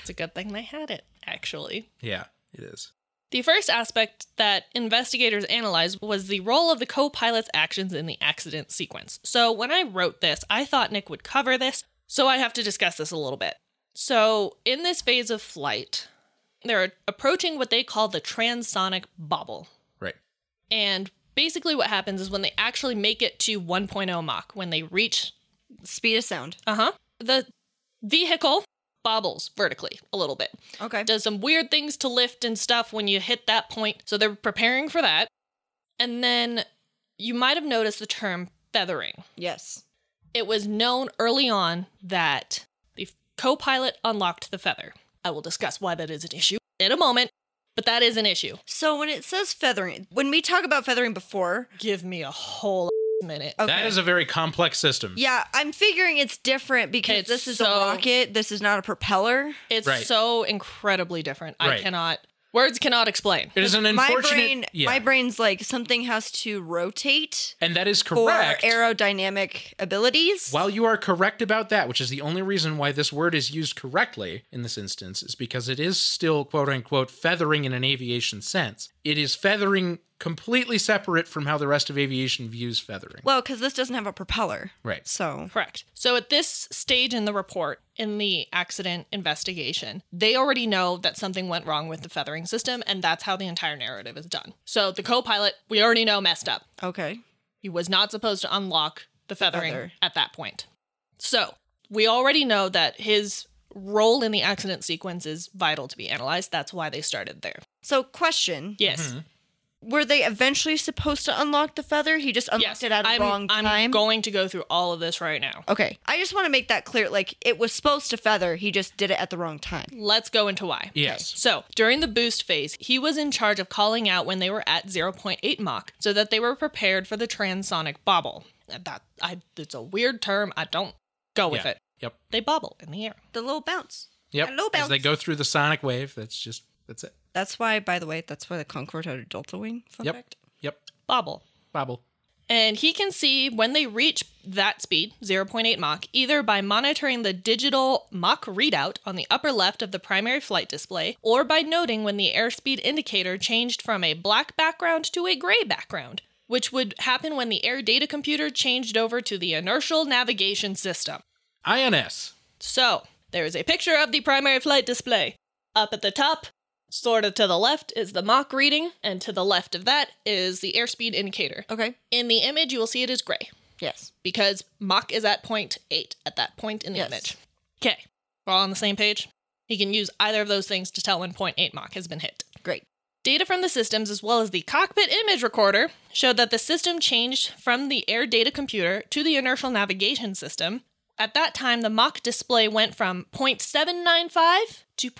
Speaker 1: It's a good thing they had it, actually.
Speaker 2: yeah, it is.
Speaker 1: The first aspect that investigators analyzed was the role of the co pilot's actions in the accident sequence. So, when I wrote this, I thought Nick would cover this, so I have to discuss this a little bit. So, in this phase of flight, they're approaching what they call the transonic bobble.
Speaker 2: Right.
Speaker 1: And basically, what happens is when they actually make it to 1.0 Mach, when they reach
Speaker 3: speed of sound.
Speaker 1: uh huh, the vehicle bobbles vertically a little bit
Speaker 3: Okay.
Speaker 1: does some weird things to lift and stuff when you hit that point. So they're preparing for that. And then you might have noticed the term feathering.
Speaker 3: yes.
Speaker 1: It was known early on that the co pilot unlocked the feather. I will discuss why that is an issue in a moment, but that is an issue.
Speaker 3: So when it says feathering, when we talk about feathering before,
Speaker 1: Give me a whole minute.
Speaker 3: okay.
Speaker 2: That is a very complex system.
Speaker 3: yeah, I'm figuring it's different because
Speaker 1: It's
Speaker 3: this is
Speaker 1: so-
Speaker 3: a rocket. This is not a propeller.
Speaker 1: It's
Speaker 2: Right.
Speaker 1: so incredibly different. I
Speaker 2: Right.
Speaker 1: cannot, words cannot explain.
Speaker 2: It is an
Speaker 3: My
Speaker 2: unfortunate.
Speaker 3: brain,
Speaker 2: yeah.
Speaker 3: my brain's like something has to rotate
Speaker 2: And that is
Speaker 3: for
Speaker 2: correct.
Speaker 3: aerodynamic abilities.
Speaker 2: While you are correct about that, which is the only reason why this word is used correctly in this instance, is because it is still quote unquote feathering in an aviation sense. It is feathering completely separate from how the rest of aviation views feathering.
Speaker 3: Well, because this doesn't have a propeller,
Speaker 2: right.
Speaker 3: so
Speaker 1: Correct. So at this stage in the report, in the accident investigation, they already know that something went wrong with the feathering system, and that's how the entire narrative is done. So the co pilot, we already know, messed up.
Speaker 3: okay.
Speaker 1: He was not supposed to unlock the feathering
Speaker 3: Feather.
Speaker 1: at that point. So we already know that his role in the accident sequence is vital to be analyzed. That's why they started there.
Speaker 3: So question:
Speaker 1: Yes.
Speaker 3: Were they eventually supposed to unlock the feather? He just unlocked
Speaker 1: Yes.
Speaker 3: it at a
Speaker 1: I'm,
Speaker 3: wrong
Speaker 1: I'm
Speaker 3: time.
Speaker 1: going to go through all of this right now.
Speaker 3: okay, I just want to make that clear. Like it was supposed to feather, he just did it at the wrong time.
Speaker 1: Let's go into why.
Speaker 2: Yes.
Speaker 1: So during the boost phase, he was in charge of calling out when they were at 0.8 Mach so that they were prepared for the transonic bobble. That I, it's a weird term. I don't go with
Speaker 2: Yeah.
Speaker 1: it.
Speaker 2: Yep.
Speaker 1: They bobble in the air.
Speaker 3: The little bounce.
Speaker 2: Yep.
Speaker 3: A low
Speaker 2: As they
Speaker 3: bounce.
Speaker 2: go through the sonic wave, that's just that's it.
Speaker 3: That's why, by the way, that's why the Concorde had a delta wing. Fun
Speaker 2: Yep.
Speaker 3: fact.
Speaker 2: Yep.
Speaker 1: Bobble.
Speaker 2: Bobble.
Speaker 1: And he can see when they reach that speed, 0.8 Mach, either by monitoring the digital Mach readout on the upper left of the primary flight display, or by noting when the airspeed indicator changed from a black background to a gray background, which would happen when the air data computer changed over to the inertial navigation system.
Speaker 2: INS.
Speaker 1: So, there is a picture of the primary flight display. Up at the top, Sort of to the left is the mock reading, and to the left of that is the airspeed indicator.
Speaker 3: Okay.
Speaker 1: In the image, you will see it is gray
Speaker 3: Yes.
Speaker 1: because Mach is at point eight at that point in the
Speaker 3: Yes.
Speaker 1: image. Okay, we're all on the same page. He can use either of those things to tell when point eight Mach has been hit.
Speaker 3: Great.
Speaker 1: Data from the systems, as well as the cockpit image recorder, showed that the system changed from the air data computer to the inertial navigation system. At that time, the Mach display went from 0.795 to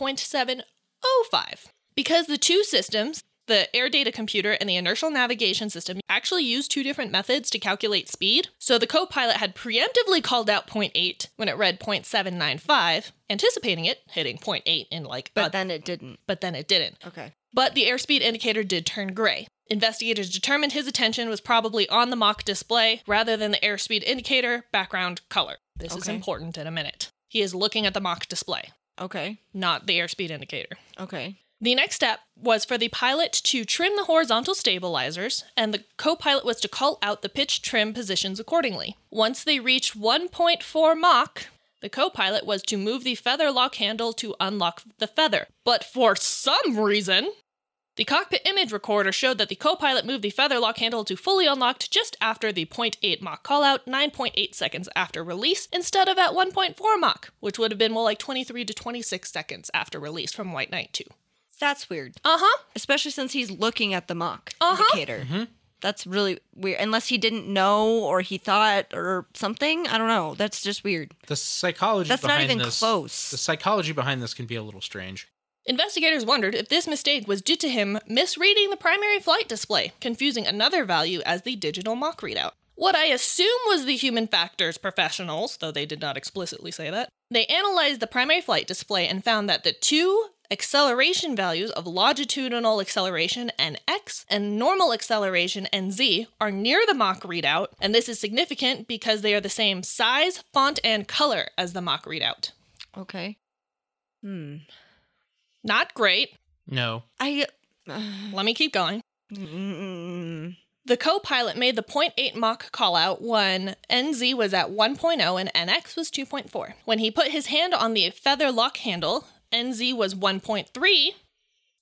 Speaker 1: 0.705. Because the two systems, the air data computer and the inertial navigation system, actually used two different methods to calculate speed, so the co pilot had preemptively called out 0.8 when it read 0.795, anticipating it hitting 0.8 in like
Speaker 3: But
Speaker 1: a-
Speaker 3: then it didn't.
Speaker 1: but then it didn't
Speaker 3: Okay.
Speaker 1: but the airspeed indicator did turn gray. Investigators determined his attention was probably on the mock display rather than the airspeed indicator background color. This is
Speaker 3: Okay.
Speaker 1: important in a minute. He is looking at the mock display,
Speaker 3: Okay.
Speaker 1: not the airspeed indicator.
Speaker 3: Okay.
Speaker 1: The next step was for the pilot to trim the horizontal stabilizers, and the co pilot was to call out the pitch trim positions accordingly. Once they reached 1.4 Mach, the co pilot was to move the feather lock handle to unlock the feather. But for some reason, the cockpit image recorder showed that the co pilot moved the feather lock handle to fully unlocked just after the 0.8 Mach callout, 9.8 seconds after release, instead of at 1.4 Mach, which would have been more like 23 to 26 seconds after release from White Knight 2.
Speaker 3: That's weird.
Speaker 1: Uh huh.
Speaker 3: Especially since he's looking at the mock
Speaker 1: Uh-huh.
Speaker 3: indicator. That's really weird. Unless he didn't know or he thought or something. I don't know. That's just weird.
Speaker 2: The psychology
Speaker 3: That's not
Speaker 2: behind
Speaker 3: even
Speaker 2: this,
Speaker 3: close.
Speaker 2: The psychology behind this can be a little strange.
Speaker 1: Investigators wondered if this mistake was due to him misreading the primary flight display, confusing another value as the digital mock readout. What I assume was the human factors professionals, though they did not explicitly say that, they analyzed the primary flight display and found that the two acceleration values of longitudinal acceleration and x and normal acceleration and z are near the mock readout, and this is significant because they are the same size, font, and color as the mock readout.
Speaker 3: Okay. Hmm.
Speaker 1: Not great.
Speaker 2: No.
Speaker 3: I. [SIGHS]
Speaker 1: Let me keep going.
Speaker 3: Mm,
Speaker 1: The co pilot made the 0.8 Mach callout when NZ was at 1.0 and NX was 2.4. When he put his hand on the feather lock handle, NZ was 1.3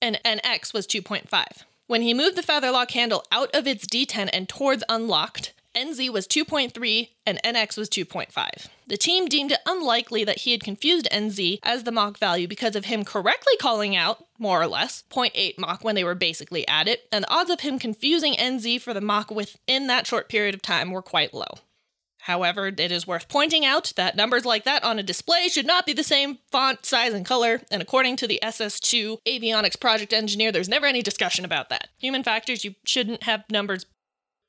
Speaker 1: and NX was 2.5. When he moved the feather lock handle out of its D10 and towards unlocked, NZ was 2.3 and NX was 2.5. The team deemed it unlikely that he had confused NZ as the Mach value because of him correctly calling out, more or less, 0.8 Mach when they were basically at it, and the odds of him confusing NZ for the Mach within that short period of time were quite low. However, it is worth pointing out that numbers like that on a display should not be the same font, size, and color, and according to the SS2 avionics project engineer, there's never any discussion about that. Human factors, you shouldn't have numbers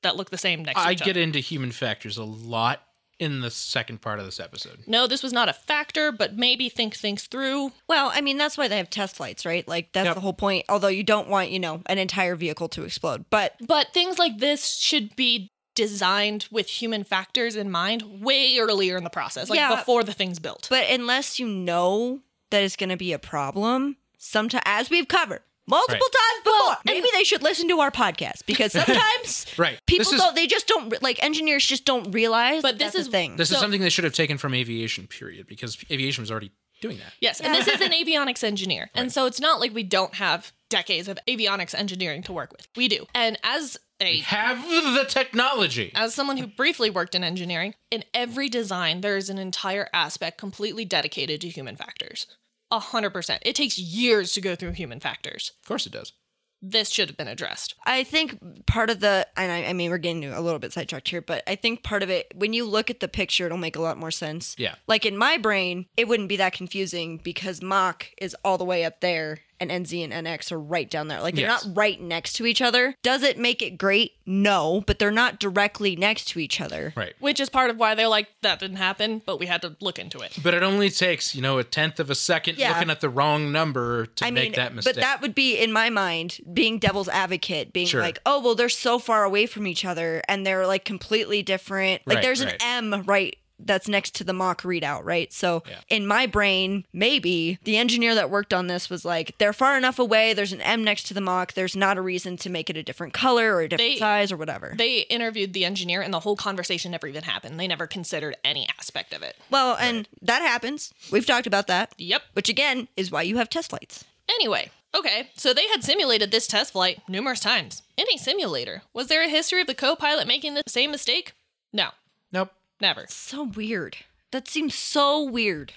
Speaker 1: that look the same next to
Speaker 2: I
Speaker 1: each
Speaker 2: get
Speaker 1: other.
Speaker 2: into human factors a lot in the second part of this episode.
Speaker 1: No, this was not a factor, but maybe think things through.
Speaker 3: well, I mean, that's why they have test flights, right? Like, that's
Speaker 2: Yep.
Speaker 3: the whole point. Although you don't want, you know, an entire vehicle to explode. But
Speaker 1: But things like this should be designed with human factors in mind way earlier in the process, like
Speaker 3: Yeah.
Speaker 1: before the thing's built.
Speaker 3: But unless you know that it's going to be a problem, sometimes, as we've covered multiple times before, maybe they should listen to our podcast
Speaker 2: [LAUGHS]
Speaker 3: because sometimes
Speaker 2: Right.
Speaker 3: people
Speaker 2: This is-
Speaker 3: don't, they just don't, re- like engineers just don't realize.
Speaker 1: But this
Speaker 3: that's a
Speaker 1: is-
Speaker 3: thing.
Speaker 2: This
Speaker 1: So-
Speaker 2: is something they should have taken from aviation, period, because aviation was already doing that.
Speaker 1: Yes, and this is an avionics engineer. And so it's not like we don't have decades of avionics engineering to work with. We do. And as a
Speaker 2: Have the technology.
Speaker 3: Uh,
Speaker 1: as someone who briefly worked in engineering, in every design there is an entire aspect completely dedicated to human factors. A hundred percent. It takes years to go through human factors.
Speaker 2: Of course it does.
Speaker 1: This should have been addressed.
Speaker 3: I think part of the, and I, I mean, we're getting a little bit sidetracked here, but I think part of it, when you look at the picture, it'll make a lot more sense.
Speaker 2: Yeah.
Speaker 3: Like in my brain, it wouldn't be that confusing because Mach is all the way up there and NZ and NX are right down there. Like they're
Speaker 2: Yes.
Speaker 3: not right next to each other. Does it make it great? No, but they're not directly next to each other.
Speaker 2: Right.
Speaker 1: Which is part of why they're like, that didn't happen, but we had to look into it.
Speaker 2: But it only takes, you know, a tenth of a second
Speaker 3: Yeah.
Speaker 2: looking at the wrong number to
Speaker 3: I
Speaker 2: make
Speaker 3: mean,
Speaker 2: that mistake.
Speaker 3: but that would be in my mind being devil's advocate, being
Speaker 2: Sure.
Speaker 3: like, oh, well, they're so far away from each other and they're like completely different. Like
Speaker 2: Right,
Speaker 3: there's
Speaker 2: right.
Speaker 3: an M right that's next to the mock readout, right? So
Speaker 2: Yeah.
Speaker 3: in my brain, maybe the engineer that worked on this was like, they're far enough away. There's an M next to the mock. There's not a reason to make it a different color or a different
Speaker 1: They-
Speaker 3: size or whatever.
Speaker 1: They interviewed the engineer and the whole conversation never even happened. They never considered any aspect of it.
Speaker 3: well, and that happens. We've talked about that,
Speaker 1: Yep.
Speaker 3: which again is why you have test lights.
Speaker 1: Anyway, Okay, so they had simulated this test flight numerous times in a simulator. Was there a history of the co pilot making the same mistake? No,
Speaker 2: Nope.
Speaker 1: never.
Speaker 3: So weird. That seems so weird.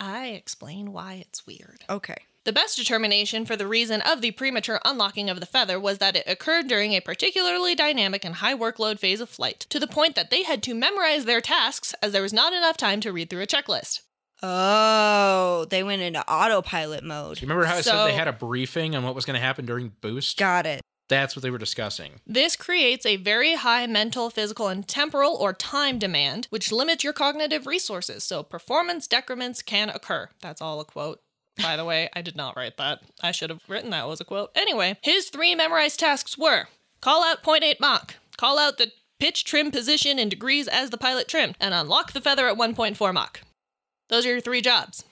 Speaker 1: I explain why it's weird.
Speaker 3: Okay.
Speaker 1: The best determination for the reason of the premature unlocking of the feather was that it occurred during a particularly dynamic and high workload phase of flight, to the point that they had to memorize their tasks as there was not enough time to read through a checklist.
Speaker 3: Oh, they went into autopilot
Speaker 2: Do you
Speaker 3: mode.
Speaker 2: remember how I said they
Speaker 1: So-
Speaker 2: had a briefing on what was going to happen during Boost?
Speaker 3: Got it.
Speaker 2: That's what they were discussing.
Speaker 1: This creates a very high mental, physical, and temporal or time demand, which limits your cognitive resources, so performance decrements can occur. That's all a quote. By the way, I did not write that. I should have written that was a quote. Anyway, his three memorized tasks were call out 0.8 Mach, call out the pitch trim position in degrees as the pilot trimmed, and unlock the feather at 1.4 Mach. Those are your three jobs.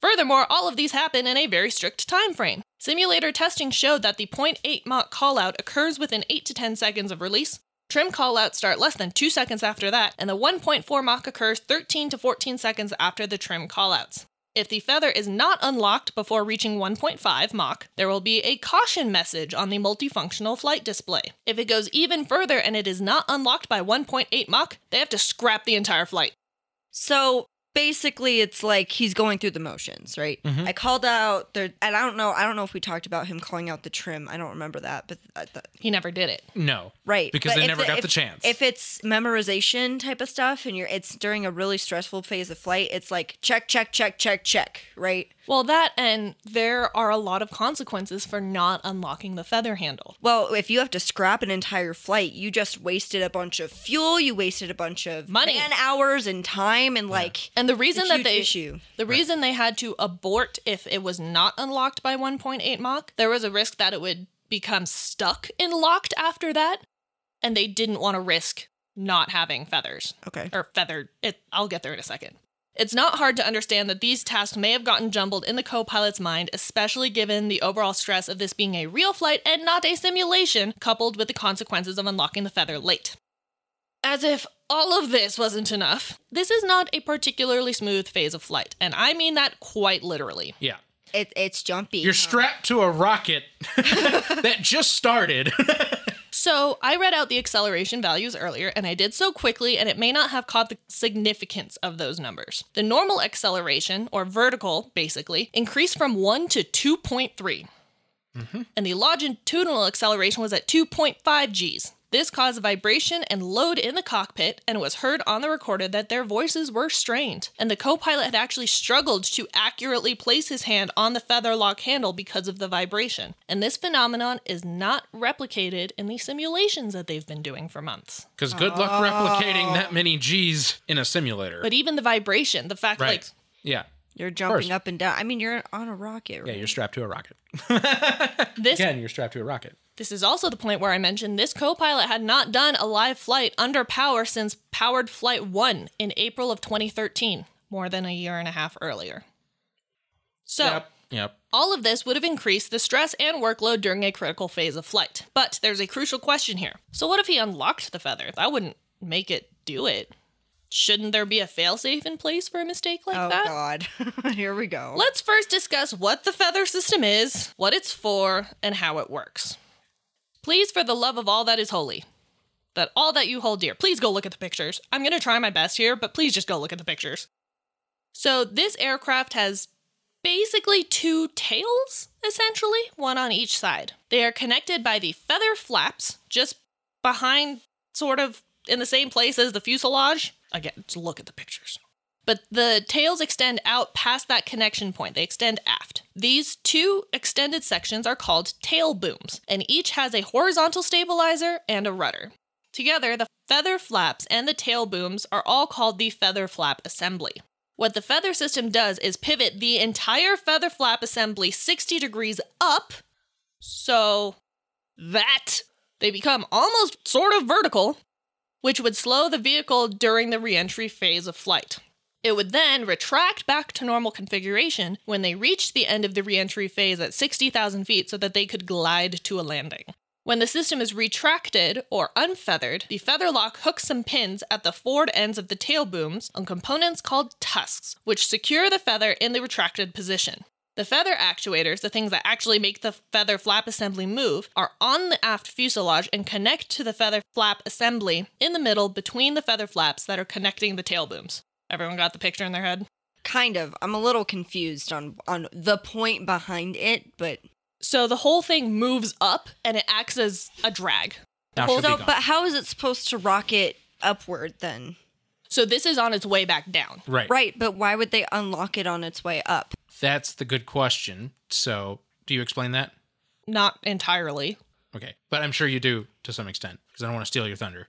Speaker 1: Furthermore, all of these happen in a very strict time frame. Simulator testing showed that the 0.8 Mach callout occurs within 8 to 10 seconds of release. Trim callouts start less than 2 seconds after that, and the 1.4 Mach occurs 13 to 14 seconds after the trim callouts. If the feather is not unlocked before reaching 1.5 Mach, there will be a caution message on the multifunctional flight display. If it goes even further and it is not unlocked by 1.8 Mach, they have to scrap the entire flight.
Speaker 3: So basically, it's like he's going through the motions, right?
Speaker 2: Mm-hmm.
Speaker 3: I called out there, and I don't know. I don't know if we talked about him calling out the trim. I don't remember that, but I th-
Speaker 1: He never did it.
Speaker 2: No.
Speaker 3: right
Speaker 2: Because
Speaker 3: But
Speaker 2: they
Speaker 3: if
Speaker 2: never got
Speaker 3: if-
Speaker 2: the chance.
Speaker 3: If it's memorization type of stuff, and you're it's during a really stressful phase of flight, it's like check, check, check, check, check, right?
Speaker 1: Well, that and there are a lot of consequences for not unlocking the feather handle.
Speaker 3: Well, if you have to scrap an entire flight, you just wasted a bunch of fuel, you wasted a bunch of
Speaker 1: Money.
Speaker 3: man hours, and time, and like
Speaker 1: And the reason
Speaker 3: It's a
Speaker 1: that
Speaker 3: huge
Speaker 1: they
Speaker 3: issue.
Speaker 1: the reason they had to abort if it was not unlocked by 1.8 Mach, there was a risk that it would become stuck in locked after that, and they didn't want to risk not having feathers.
Speaker 3: okay,
Speaker 1: or feathered. It, I'll get there in a second. It's not hard to understand that these tasks may have gotten jumbled in the co pilot's mind, especially given the overall stress of this being a real flight and not a simulation, coupled with the consequences of unlocking the feather late. As if all of this wasn't enough, this is not a particularly smooth phase of flight, and I mean that quite literally.
Speaker 2: Yeah.
Speaker 3: it, it's jumpy.
Speaker 2: You're strapped to a rocket [LAUGHS] that just started. [LAUGHS]
Speaker 1: So I read out the acceleration values earlier, and I did so quickly, and it may not have caught the significance of those numbers. The normal acceleration, or vertical, basically, increased from 1 to 2.3. And the longitudinal acceleration was at 2.5 Gs. This caused vibration and load in the cockpit, and it was heard on the recorder that their voices were strained. And the co pilot had actually struggled to accurately place his hand on the feather lock handle because of the vibration. And this phenomenon is not replicated in the simulations that they've been doing for months.
Speaker 2: Because good luck replicating that many G's in a simulator.
Speaker 1: But even the vibration, the fact,
Speaker 2: right.
Speaker 1: like,
Speaker 2: yeah.
Speaker 3: You're jumping
Speaker 2: course.
Speaker 3: up and down. I mean, you're on a rocket. Right?
Speaker 2: Yeah, you're strapped to a rocket.
Speaker 1: this
Speaker 2: Again, you're strapped to a rocket.
Speaker 1: This is also the point where I mentioned this co pilot had not done a live flight under power since Powered Flight 1 in April of 2013, more than a year and a half earlier. So,
Speaker 2: Yep. Yep.
Speaker 1: all of this would have increased the stress and workload during a critical phase of flight. But there's a crucial question here. So, what if he unlocked the feather? That wouldn't make it do it. Shouldn't there be a failsafe in place for a mistake like
Speaker 3: Oh
Speaker 1: that?
Speaker 3: God, [LAUGHS] here we go.
Speaker 1: Let's first discuss what the feather system is, what it's for, and how it works. Please, for the love of all that is holy, that all that you hold dear, please go look at the pictures. I'm going to try my best here, but please just go look at the pictures. So, this aircraft has basically two tails, essentially, one on each side. They are connected by the feather flaps just behind, sort of in the same place as the fuselage. Again, just look at the pictures. But the tails extend out past that connection point. They extend aft. These two extended sections are called tail booms, and each has a horizontal stabilizer and a rudder. Together, the feather flaps and the tail booms are all called the feather flap assembly. What the feather system does is pivot the entire feather flap assembly 60 degrees up so that they become almost sort of vertical, which would slow the vehicle during the reentry phase of flight. It would then retract back to normal configuration when they reached the end of the reentry phase at 60,000 feet so that they could glide to a landing. When the system is retracted or unfeathered, the feather lock hooks some pins at the forward ends of the tail booms on components called tusks, which secure the feather in the retracted position. The feather actuators, the things that actually make the feather flap assembly move, are on the aft fuselage and connect to the feather flap assembly in the middle between the feather flaps that are connecting the tail booms. Everyone got the picture in their head?
Speaker 3: Kind of. I'm a little confused on on the point behind it, but
Speaker 1: So the whole thing moves up and it acts as a drag.
Speaker 2: Now she'll
Speaker 3: hold
Speaker 2: be
Speaker 3: on.
Speaker 2: gone.
Speaker 3: But how is it supposed to rocket upward then?
Speaker 1: So this is on its way back down.
Speaker 2: right.
Speaker 3: Right, but why would they unlock it on its way up?
Speaker 2: That's the good question. So, do you explain that?
Speaker 1: Not entirely.
Speaker 2: Okay. But I'm sure you do to some extent because I don't want to steal your thunder.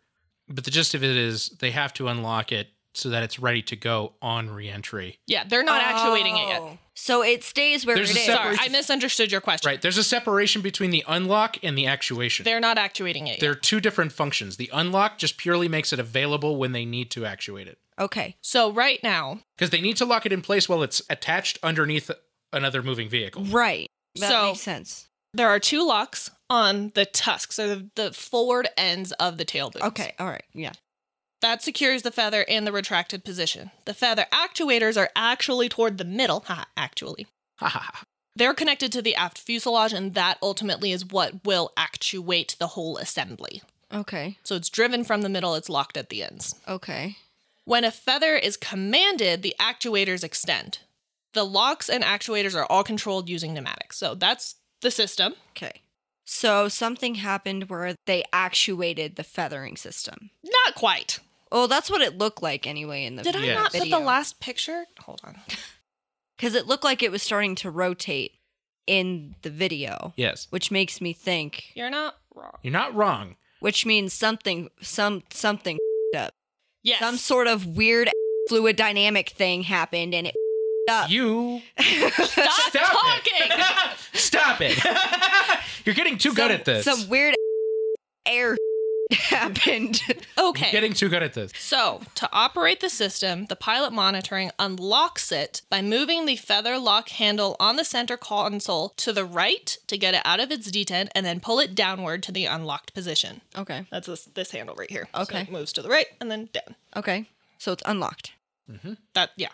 Speaker 2: But the gist of it is they have to unlock it so that it's ready to go on reentry.
Speaker 1: Yeah, they're not actuating it yet.
Speaker 3: Oh. So it stays where
Speaker 2: There's
Speaker 3: it
Speaker 2: a
Speaker 3: is.
Speaker 1: Sorry,
Speaker 2: separate-
Speaker 1: I misunderstood your question.
Speaker 2: Right. There's a separation between the unlock and the actuation.
Speaker 1: They're not actuating it. yet.
Speaker 2: They're two different functions. The unlock just purely makes it available when they need to actuate it
Speaker 3: Okay.
Speaker 1: So right now,
Speaker 2: because they need to lock it in place while it's attached underneath another moving
Speaker 3: [LAUGHS]
Speaker 2: vehicle.
Speaker 3: Right. That
Speaker 1: So-
Speaker 3: makes sense.
Speaker 1: there are two locks on the tusks, or the, the forward ends of the tail booms.
Speaker 3: Okay. All right. Yeah.
Speaker 1: That secures the feather in the retracted position. The feather actuators are actually toward the middle, haha, actually.
Speaker 2: Ha ha ha.
Speaker 1: They're connected to the aft fuselage, and that ultimately is what will actuate the whole assembly.
Speaker 3: Okay.
Speaker 1: So it's driven from the middle, it's locked at the ends.
Speaker 3: Okay.
Speaker 1: When a feather is commanded, the actuators extend. The locks and actuators are all controlled using pneumatics. So that's the system.
Speaker 3: Okay. So something happened where they actuated the feathering system.
Speaker 1: Not quite.
Speaker 3: Oh, that's what it looked like anyway in the
Speaker 1: Did I
Speaker 2: Yes.
Speaker 1: not put the
Speaker 3: Video.
Speaker 1: last picture? Hold on.
Speaker 3: because it looked like it was starting to rotate in the video,
Speaker 2: Yes.
Speaker 3: which makes me think,
Speaker 1: You're not wrong.
Speaker 2: You're not wrong.
Speaker 3: which means something, some something up,
Speaker 1: Yes.
Speaker 3: some sort of weird fluid dynamic thing happened, and it [LAUGHS] up.
Speaker 2: You
Speaker 1: [LAUGHS] Stop,
Speaker 2: Stop
Speaker 1: talking.
Speaker 2: it. [LAUGHS] Stop
Speaker 3: [LAUGHS]
Speaker 2: it. You're getting too good
Speaker 3: some-
Speaker 2: at this.
Speaker 3: Some weird [LAUGHS] air [LAUGHS]
Speaker 1: [LAUGHS]
Speaker 3: happened.
Speaker 1: [LAUGHS] okay.
Speaker 2: You're getting too good at this.
Speaker 1: So, to operate the system, the pilot monitoring unlocks it by moving the feather lock handle on the center console to the right to get it out of its detent and then pull it downward to the unlocked position.
Speaker 3: okay.
Speaker 1: That's this, this handle right here.
Speaker 3: Okay.
Speaker 1: So it moves to the right and then down.
Speaker 3: Okay. So it's unlocked.
Speaker 1: That, yeah.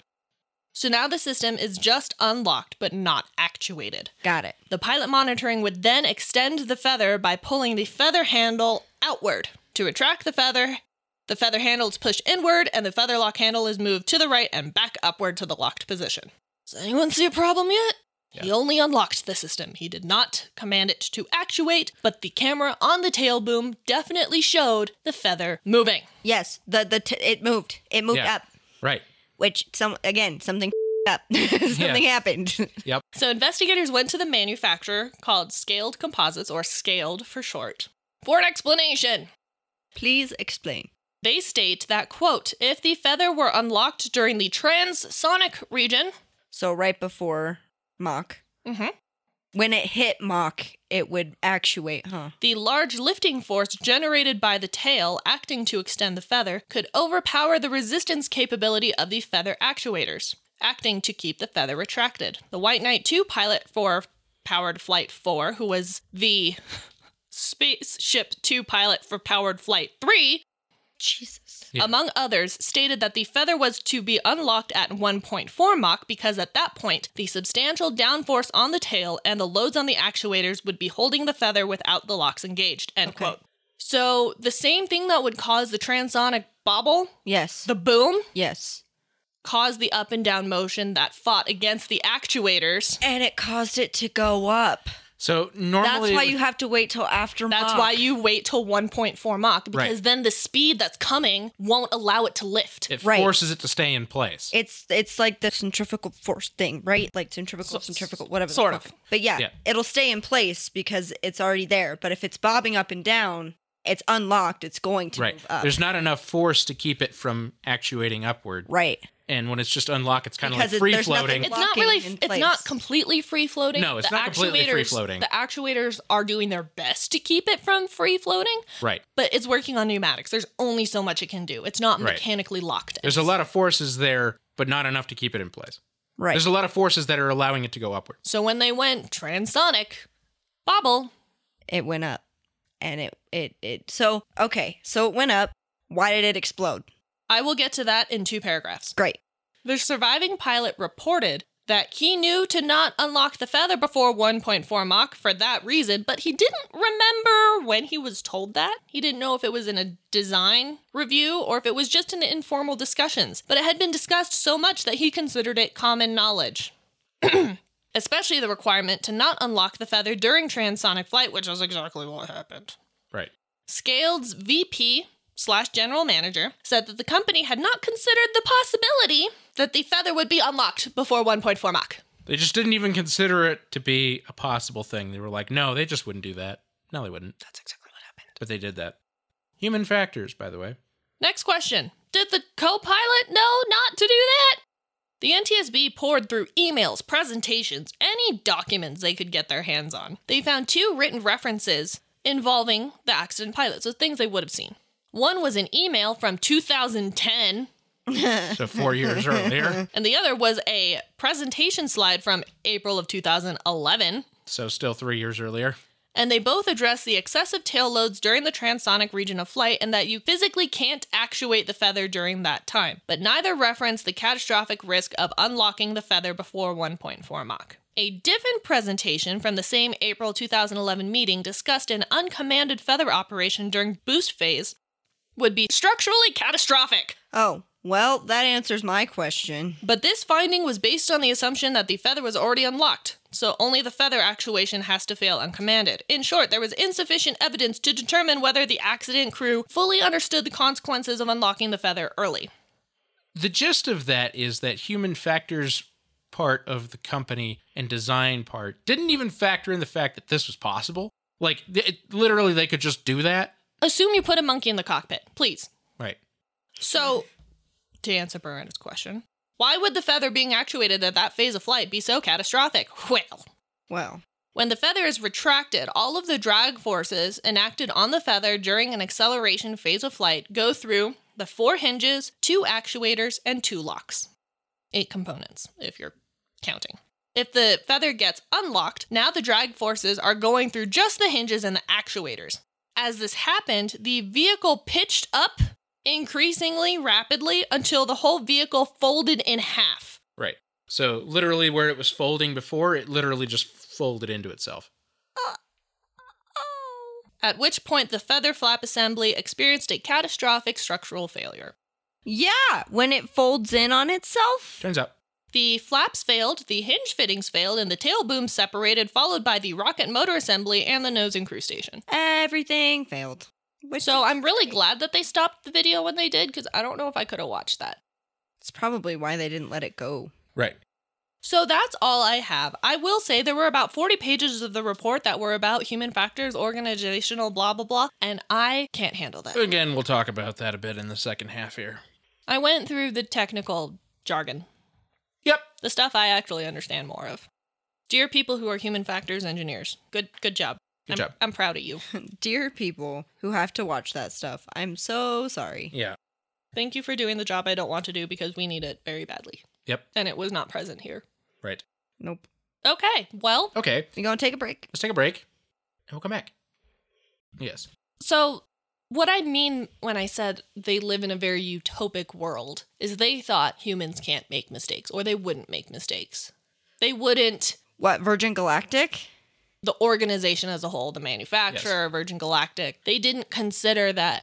Speaker 1: So now the system is just unlocked but not actuated.
Speaker 3: Got it.
Speaker 1: The pilot monitoring would then extend the feather by pulling the feather handle outward. To retract the feather, the feather handle is pushed inward and the feather lock handle is moved to the right and back upward to the locked position. Does anyone see a problem yet? He only unlocked the system. He did not command it to actuate, but the camera on the tail boom definitely showed the feather moving.
Speaker 3: Yes. The the t- it moved. It moved
Speaker 2: Yeah.
Speaker 3: up.
Speaker 2: Right.
Speaker 3: Which some again something [LAUGHS] up. something happened. [LAUGHS]
Speaker 2: Yep.
Speaker 1: So investigators went to the manufacturer called Scaled Composites, or Scaled for short, for an explanation.
Speaker 3: Please explain.
Speaker 1: They state that, quote, if the feather were unlocked during the transonic region,
Speaker 3: So right before mock,
Speaker 1: mhm,
Speaker 3: when it hit mock, it would actuate, huh?
Speaker 1: the large lifting force generated by the tail acting to extend the feather could overpower the resistance capability of the feather actuators, acting to keep the feather retracted. The White Knight II pilot for Powered Flight 4, who was the [LAUGHS] Spaceship 2 pilot for Powered Flight 3,
Speaker 3: Jesus.
Speaker 2: Yeah.
Speaker 1: among others, stated that the feather was to be unlocked at 1.4 Mach because at that point, the substantial downforce on the tail and the loads on the actuators would be holding the feather without the locks engaged. End
Speaker 3: Okay.
Speaker 1: quote. So the same thing that would cause the transonic bobble,
Speaker 3: Yes.
Speaker 1: the boom,
Speaker 3: yes.
Speaker 1: caused the up and down motion that fought against the actuators.
Speaker 3: And it caused it to go up.
Speaker 2: So normally
Speaker 3: That's why you have to wait till after
Speaker 1: That's
Speaker 3: mock.
Speaker 1: why you wait till 1.4 Mach because
Speaker 2: Right.
Speaker 1: then the speed that's coming won't allow it to lift.
Speaker 2: it
Speaker 3: Right.
Speaker 2: forces it to stay in place.
Speaker 3: It's it's like the centrifugal force thing, right? Like centrifugal,
Speaker 1: So-
Speaker 3: centrifugal, whatever. the
Speaker 1: sort
Speaker 3: fuck.
Speaker 1: of.
Speaker 3: But yeah,
Speaker 2: Yeah.
Speaker 3: it'll stay in place because it's already there. But if it's bobbing up and down, it's unlocked. It's going to
Speaker 2: right.
Speaker 3: move up.
Speaker 2: There's not enough force to keep it from actuating upward.
Speaker 3: right.
Speaker 2: And when it's just unlocked, it's kind of like
Speaker 3: Because it-
Speaker 2: free
Speaker 3: there's nothing
Speaker 2: floating.
Speaker 1: it's not really
Speaker 3: blocking in
Speaker 1: it's not
Speaker 3: place.
Speaker 1: completely free floating
Speaker 2: No, it's not completely free
Speaker 1: actuators-
Speaker 2: floating.
Speaker 1: the actuators are doing their best to keep it from free floating
Speaker 2: Right.
Speaker 1: but it's working on pneumatics there's only so much it can do it's not
Speaker 2: Right.
Speaker 1: mechanically locked
Speaker 2: There's a lot of forces there, but not enough to keep it in place.
Speaker 3: Right.
Speaker 2: There's a lot of forces that are allowing it to go upward.
Speaker 1: so when they went transonic bobble
Speaker 3: it went up and it it it so okay so it went up why did it explode
Speaker 1: i will get to that in two paragraphs
Speaker 3: great
Speaker 1: the surviving pilot reported that he knew to not unlock the feather before 1.4 Mach for that reason, but he didn't remember when he was told that. He didn't know if it was in a design review or if it was just in informal discussions, but it had been discussed so much that he considered it common knowledge. [CLEARS THROAT] Especially the requirement to not unlock the feather during transonic flight, which is exactly what happened.
Speaker 2: Right.
Speaker 1: Scaled's VP slash general manager said that the company had not considered the possibility that the feather would be unlocked before 1.4 Mach.
Speaker 2: They just didn't even consider it to be a possible thing. They were like, no, they just wouldn't do that. No, they wouldn't.
Speaker 1: That's exactly what happened.
Speaker 2: But they did that. Human factors, by the way.
Speaker 1: Next question Did the co pilot know not to do that? The NTSB poured through emails, presentations, any documents they could get their hands on. They found two written references involving the accident pilot, so things they would have seen. One was an email from 2010, [LAUGHS]
Speaker 2: So four years earlier.
Speaker 1: and the other was a presentation slide from April of 2011.
Speaker 2: So still three years earlier.
Speaker 1: And they both address the excessive tail loads during the transonic region of flight and that you physically can't actuate the feather during that time. But neither reference the catastrophic risk of unlocking the feather before 1.4 Mach. A different presentation from the same April 2011 meeting discussed an uncommanded feather operation during boost phase would be structurally catastrophic.
Speaker 3: Oh, well, that answers my question.
Speaker 1: But this finding was based on the assumption that the feather was already unlocked, so only the feather actuation has to fail uncommanded. In short, there was insufficient evidence to determine whether the accident crew fully understood the consequences of unlocking the feather early.
Speaker 2: The gist of that is that human factors part of the company and design part didn't even factor in the fact that this was possible. Like, th- it, literally, they could just do that.
Speaker 1: Assume you put a monkey in the cockpit, please.
Speaker 2: Right.
Speaker 1: So, to answer Burren's question, why would the feather being actuated at that phase of flight be so catastrophic? Well,
Speaker 3: Well,
Speaker 1: When the feather is retracted, all of the drag forces enacted on the feather during an acceleration phase of flight go through the four hinges, two actuators, and two locks. Eight components, if you're counting. If the feather gets unlocked, now the drag forces are going through just the hinges and the actuators. As this happened, the vehicle pitched up increasingly rapidly until the whole vehicle folded in half.
Speaker 2: Right. So, literally, where it was folding before, it literally just folded into itself.
Speaker 1: At which point, the feather flap assembly experienced a catastrophic structural failure.
Speaker 3: yeah, when it folds in on itself.
Speaker 2: Turns out
Speaker 1: The flaps failed, the hinge fittings failed, and the tail boom separated, followed by the rocket motor assembly and the nose and crew station.
Speaker 3: Everything failed. Which
Speaker 1: So I'm really glad that they stopped the video when they did, because I don't know if I could have watched that.
Speaker 3: it's probably why they didn't let it go.
Speaker 2: Right.
Speaker 1: So that's all I have. I will say there were about 40 pages of the report that were about human factors, organizational, blah, blah, blah, and I can't handle that.
Speaker 2: Again, we'll talk about that a bit in the second half here.
Speaker 1: I went through the technical jargon.
Speaker 2: Yep.
Speaker 1: the stuff I actually understand more of. Dear people who are human factors engineers, good good job.
Speaker 2: Good
Speaker 1: I'm,
Speaker 2: job.
Speaker 1: I'm proud of you.
Speaker 3: Dear people who have to watch that stuff, I'm so sorry.
Speaker 2: Yeah.
Speaker 1: Thank you for doing the job I don't want to do because we need it very badly.
Speaker 2: Yep.
Speaker 1: And it was not present here.
Speaker 2: Right.
Speaker 3: Nope.
Speaker 1: Okay, well,
Speaker 2: Okay.
Speaker 3: You gonna take a break?
Speaker 2: Let's take a break and we'll come back. Yes.
Speaker 1: so what I mean when I said they live in a very utopic world is they thought humans can't make mistakes or they wouldn't make mistakes. They wouldn't
Speaker 3: What, Virgin Galactic?
Speaker 1: the organization as a whole, the manufacturer, Virgin Galactic, they didn't consider that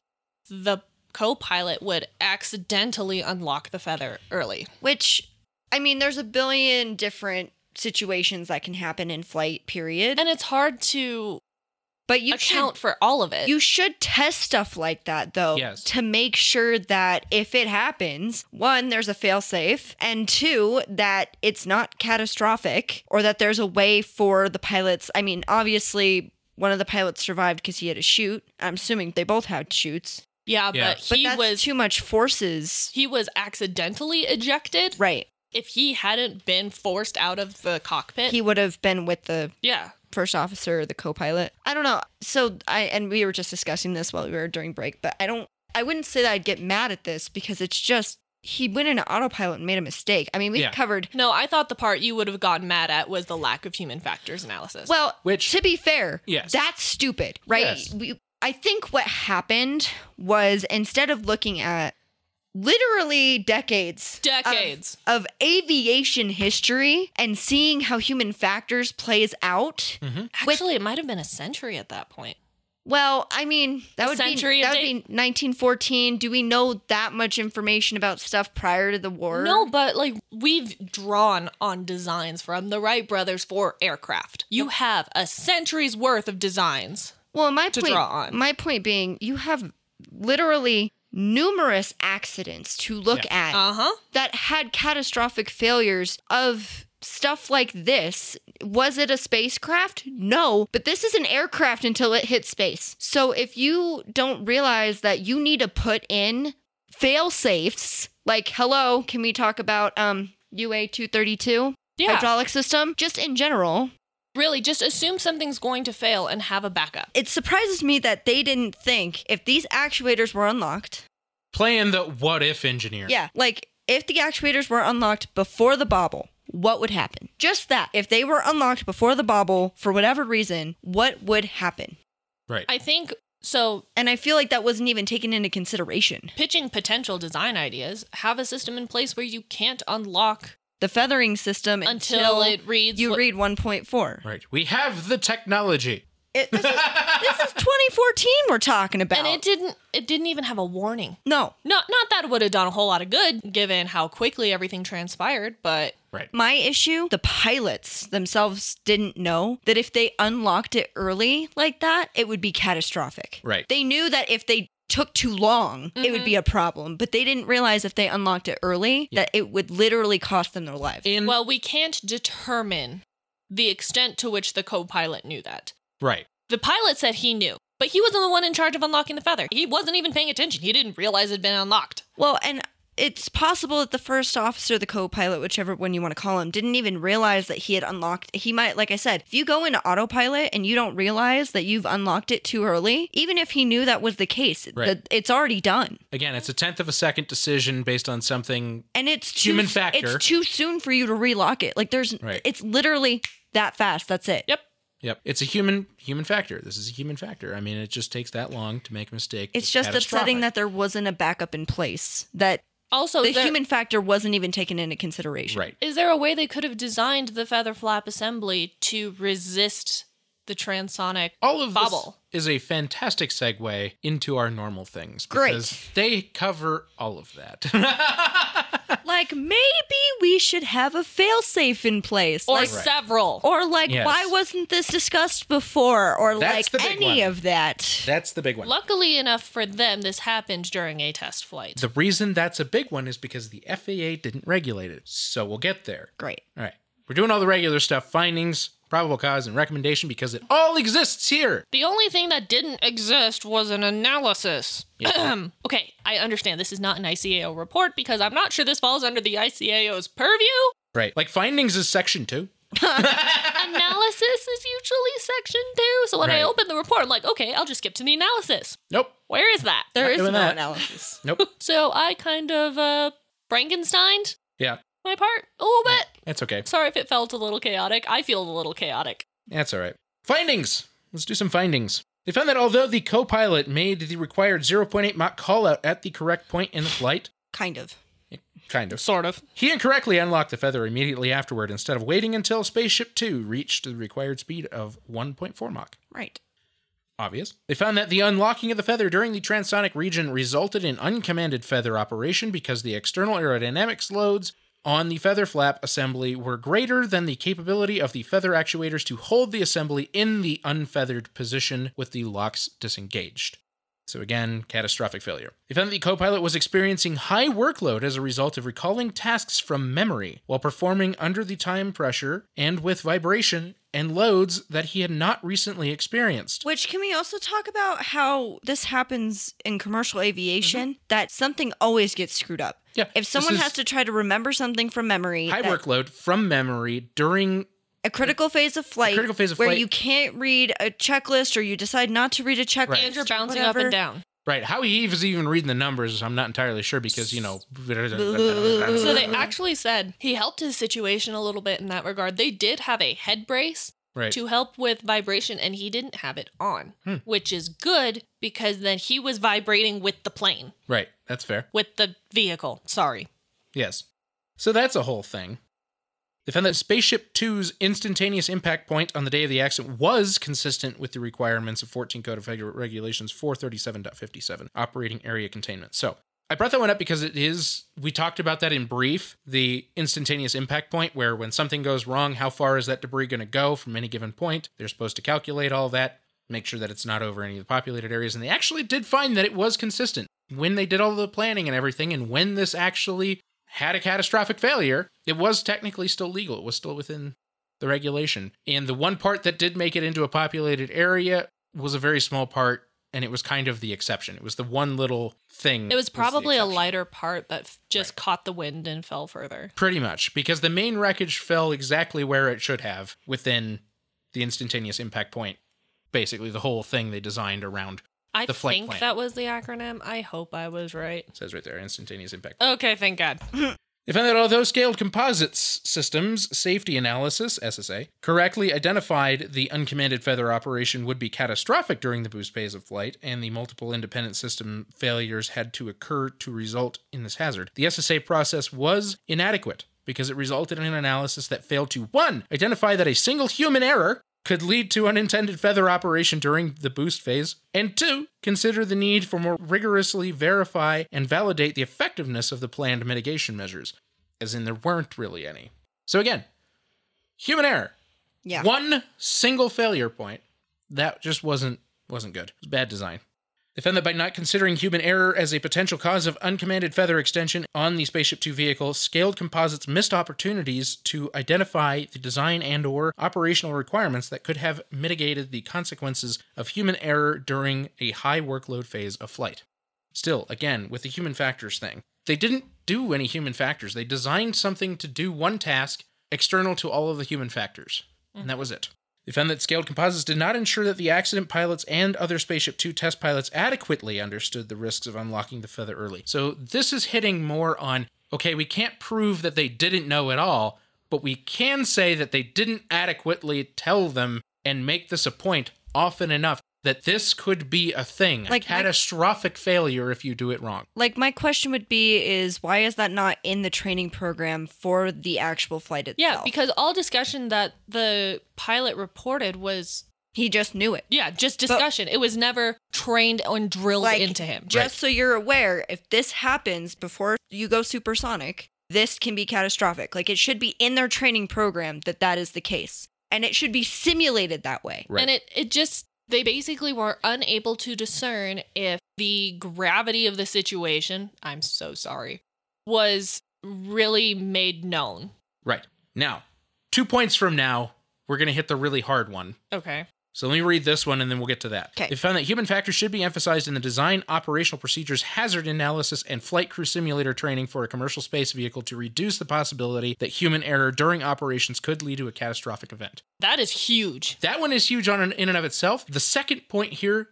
Speaker 1: the co pilot would accidentally unlock the feather early.
Speaker 3: Which, I mean, there's a billion different situations that can happen in flight, period.
Speaker 1: And it's hard to
Speaker 3: But you should
Speaker 1: account for all of it.
Speaker 3: You should test stuff like that though
Speaker 2: Yes.
Speaker 3: to make sure that if it happens, one, there's a failsafe, and two, that it's not catastrophic or that there's a way for the pilots. I mean, obviously, one of the pilots survived because he had a shoot. I'm assuming they both had shoots,
Speaker 1: yeah,
Speaker 2: Yeah.
Speaker 1: but
Speaker 3: but
Speaker 1: he
Speaker 3: that's
Speaker 1: was
Speaker 3: too much forces.
Speaker 1: he was accidentally ejected.
Speaker 3: Right.
Speaker 1: If he hadn't been forced out of the cockpit,
Speaker 3: He would have been with the
Speaker 1: yeah,
Speaker 3: first officer or the co-pilot. I don't know. So I and we were just discussing this while we were during break, but I don't I wouldn't say that I'd get mad at this because it's just he went into autopilot and made a mistake. I mean, we've
Speaker 2: Yeah.
Speaker 3: covered
Speaker 1: no, I thought the part you would have gotten mad at was the lack of human factors analysis.
Speaker 3: well,
Speaker 2: Which-
Speaker 3: to be fair,
Speaker 2: Yes.
Speaker 3: that's stupid, right?
Speaker 2: Yes.
Speaker 3: We, I think what happened was instead of looking at literally decades of-
Speaker 1: Decades.
Speaker 3: of, aviation history and seeing how human factors plays out
Speaker 1: Actually, it might have been a century at that point.
Speaker 3: well i mean that would
Speaker 1: century
Speaker 3: be
Speaker 1: of
Speaker 3: that would
Speaker 1: date.
Speaker 3: be 1914 do we know that much information about stuff prior to the war
Speaker 1: No, but like we've drawn on designs from the Wright brothers for aircraft. You have a century's worth of designs.
Speaker 3: Well, my
Speaker 1: to
Speaker 3: point,
Speaker 1: draw on.
Speaker 3: my point being, you have literally numerous accidents to look at
Speaker 1: Uh huh.
Speaker 3: that had catastrophic failures of stuff like this. Was it a spacecraft? No, but this is an aircraft until it hits space. So if you don't realize that you need to put in fail safes, like hello, can we talk about um UA 232
Speaker 1: Yeah.
Speaker 3: hydraulic system just in general?
Speaker 1: really, just assume something's going to fail and have a backup.
Speaker 3: it surprises me that they didn't think if these actuators were unlocked.
Speaker 2: Playing the what if engineer.
Speaker 3: Yeah, like if the actuators were unlocked before the bobble, what would happen? Just that. If they were unlocked before the bobble for whatever reason, what would happen?
Speaker 2: Right.
Speaker 1: I think so.
Speaker 3: And I feel like that wasn't even taken into consideration.
Speaker 1: Pitching potential design ideas, have a system in place where you can't unlock
Speaker 3: The feathering system until,
Speaker 1: until, it reads.
Speaker 3: you
Speaker 1: what-
Speaker 3: read 1.4.
Speaker 2: right. We have the technology.
Speaker 1: [LAUGHS]
Speaker 3: It, this, is, this is 2014 we're talking about.
Speaker 1: and it didn't. It didn't even have a warning.
Speaker 3: no,
Speaker 1: Not not that it would have done a whole lot of good given how quickly everything transpired, but
Speaker 2: Right.
Speaker 3: My issue, the pilots themselves didn't know that if they unlocked it early like that, it would be catastrophic.
Speaker 2: Right.
Speaker 3: They knew that if they took too long, it would be a problem, but they didn't realize if they unlocked it early that it would literally cost them their lives.
Speaker 2: In
Speaker 1: well, we can't determine the extent to which the co-pilot knew that.
Speaker 2: right.
Speaker 1: The pilot said he knew, but he wasn't the one in charge of unlocking the feather. He wasn't even paying attention. He didn't realize it had been unlocked.
Speaker 3: well, and it's possible that the first officer, the co-pilot, whichever one you want to call him, didn't even realize that he had unlocked. He might, like I said, if you go into autopilot and you don't realize that you've unlocked it too early, even if he knew that was the case,
Speaker 2: Right.
Speaker 3: that it's already done.
Speaker 2: Again, it's a tenth of a second decision based on something.
Speaker 3: and it's too,
Speaker 2: Human factor.
Speaker 3: It's too soon for you to relock it. Like there's,
Speaker 2: Right.
Speaker 3: it's literally that fast. That's it.
Speaker 1: Yep.
Speaker 2: Yep. It's a human human factor. This is a human factor. I mean, it just takes that long to make a mistake.
Speaker 3: It's just upsetting
Speaker 2: catastrophic.
Speaker 3: that there wasn't a backup in place. That
Speaker 1: Also,
Speaker 3: Oh, the
Speaker 1: is there,
Speaker 3: human factor wasn't even taken into consideration.
Speaker 2: Right.
Speaker 1: is there a way they could have designed the feather flap assembly to resist the transonic
Speaker 2: All of
Speaker 1: bobble?
Speaker 2: this is a fantastic segue into our normal things.
Speaker 3: Great.
Speaker 2: because They cover all of that. [LAUGHS]
Speaker 3: Like maybe we should have a failsafe in place.
Speaker 1: Or
Speaker 3: like,
Speaker 1: several.
Speaker 3: or like
Speaker 2: Yes.
Speaker 3: why wasn't this discussed before? Or
Speaker 2: That's the
Speaker 3: like
Speaker 2: big
Speaker 3: any
Speaker 2: one.
Speaker 3: of that.
Speaker 2: That's the big one.
Speaker 1: Luckily enough for them, this happened during a test flight.
Speaker 2: The reason that's a big one is because the FAA didn't regulate it. So we'll get there.
Speaker 3: Great.
Speaker 2: All right. We're doing all the regular stuff findings, probable cause, and recommendation because it all exists here.
Speaker 1: The only thing that didn't exist was an analysis.
Speaker 2: Yeah.
Speaker 1: [CLEARS THROAT] okay, I understand this is not an ICAO report because I'm not sure this falls under the ICAO's purview.
Speaker 2: Right. Like findings is section two.
Speaker 1: analysis is usually section two. So when I
Speaker 2: Right.
Speaker 1: open the report, I'm like, okay, I'll just skip to the analysis.
Speaker 2: Nope.
Speaker 1: Where is that?
Speaker 3: There is no
Speaker 2: doing that.
Speaker 3: analysis.
Speaker 2: Nope.
Speaker 1: So I kind of uh Frankensteined
Speaker 2: yeah.
Speaker 1: my part a little bit.
Speaker 2: That's okay.
Speaker 1: Sorry if it felt a little chaotic. I feel a little chaotic.
Speaker 2: That's all right. Findings. Let's do some findings. They found that although the co pilot made the required 0.8 Mach call out at the correct point in the flight,
Speaker 3: kind of.
Speaker 2: kind of,
Speaker 1: Sort of.
Speaker 2: he incorrectly unlocked the feather immediately afterward instead of waiting until Spaceship Two reached the required speed of 1.4 Mach.
Speaker 3: Right.
Speaker 2: Obvious. They found that the unlocking of the feather during the transonic region resulted in uncommanded feather operation because the external aerodynamics loads on the feather flap assembly were greater than the capability of the feather actuators to hold the assembly in the unfeathered position with the locks disengaged. So again, catastrophic failure. They found that the co-pilot was experiencing high workload as a result of recalling tasks from memory while performing under the time pressure and with vibration and loads that he had not recently experienced.
Speaker 3: Which can we also talk about how this happens in commercial aviation that something always gets screwed up.
Speaker 2: Mm-hmm. Yeah,
Speaker 3: If
Speaker 2: this
Speaker 3: someone
Speaker 2: is-
Speaker 3: has to try to remember something from memory,
Speaker 2: high
Speaker 3: that-
Speaker 2: workload from memory during
Speaker 3: a critical phase of flight,
Speaker 2: critical phase of
Speaker 3: where
Speaker 2: flight.
Speaker 3: you can't read a checklist or you decide not to read a checklist,
Speaker 2: Right.
Speaker 1: And
Speaker 3: or
Speaker 1: you're bouncing up
Speaker 3: whatever.
Speaker 1: and down.
Speaker 2: right how he was even reading the numbers i'm not entirely sure because you know
Speaker 1: So they actually said he helped his situation a little bit in that regard. They did have a head brace
Speaker 2: right
Speaker 1: to help with vibration, and he didn't have it on, which is good because then he was vibrating with the plane.
Speaker 2: right That's fair.
Speaker 1: with the vehicle. Sorry.
Speaker 2: Yes. So that's a whole thing. They found that Spaceship Two's instantaneous impact point on the day of the accident was consistent with the requirements of 14 Code of Regu- Regulations 437.57, operating area containment. So I brought that one up because it is, we talked about that in brief the instantaneous impact point, where when something goes wrong, how far is that debris going to go from any given point? They're supposed to calculate all that, make sure that it's not over any of the populated areas. And they actually did find that it was consistent. When they did all the planning and everything, and when this actually had a catastrophic failure, it was technically still legal. It was still within the regulation. And the one part that did make it into a populated area was a very small part, and it was kind of the exception. It was the one little thing.
Speaker 1: It was
Speaker 2: Mm-hmm. the
Speaker 1: probably a
Speaker 2: exception.
Speaker 1: lighter part that f- just caught the wind and fell further.
Speaker 2: Pretty much, because the main wreckage fell exactly where it should have within the instantaneous impact point. Basically, the whole thing they designed around
Speaker 1: I
Speaker 2: The flight
Speaker 1: think
Speaker 2: plan.
Speaker 1: that was the acronym. I hope I was right.
Speaker 2: it says right there instantaneous impact.
Speaker 1: Okay, thank God.
Speaker 2: They found that although scaled composites systems safety analysis (SSA) correctly identified the uncommanded feather operation would be catastrophic during the boost phase of flight, and the multiple independent system failures had to occur to result in this hazard, the SSA process was inadequate because it resulted in an analysis that failed to one identify that a single human error could lead to unintended feather operation during the boost phase, and two, consider the need for more rigorously verify and validate the effectiveness of the planned mitigation measures, as in there weren't really any. So again, human error,
Speaker 3: Yeah.
Speaker 2: one single failure point that just wasn't wasn't good. It was bad design. They found that by not considering human error as a potential cause of uncommanded feather extension on the Spaceship Two vehicle, scaled composites missed opportunities to identify the design and/or operational requirements that could have mitigated the consequences of human error during a high workload phase of flight. Still, again, with the human factors thing, they didn't do any human factors. They designed something to do one task external to all of the human factors, and that was it. They found that scaled composites did not ensure that the accident pilots and other Spaceship Two test pilots adequately understood the risks of unlocking the feather early. So this is hitting more on okay, we can't prove that they didn't know at all, but we can say that they didn't adequately tell them and make this a point often enough that this could be a thing,
Speaker 3: Like-
Speaker 2: a catastrophic failure if you do it wrong.
Speaker 3: Like my question would be is why is that not in the training program for the actual flight itself?
Speaker 1: Yeah, because all discussion that the pilot reported was
Speaker 3: he just knew it.
Speaker 1: yeah, just discussion. it was never trained and drilled
Speaker 3: Like,
Speaker 1: into him.
Speaker 3: Just so you're aware, if this happens before you go supersonic, this can be catastrophic. Like it should be in their training program that that is the case. And it should be simulated that way.
Speaker 1: And it it just they basically were unable to discern if the gravity of the situation, I'm so sorry, was really made known.
Speaker 2: right. Now, two points from now, we're going to hit the really hard one.
Speaker 1: Okay.
Speaker 2: So let me read this one and then we'll get to that.
Speaker 3: 'Kay.
Speaker 2: They found that human factors should be emphasized in the design, operational procedures, hazard analysis, and flight crew simulator training for a commercial space vehicle to reduce the possibility that human error during operations could lead to a catastrophic event.
Speaker 1: That is huge.
Speaker 2: That one is huge on an, in and of itself. The second point here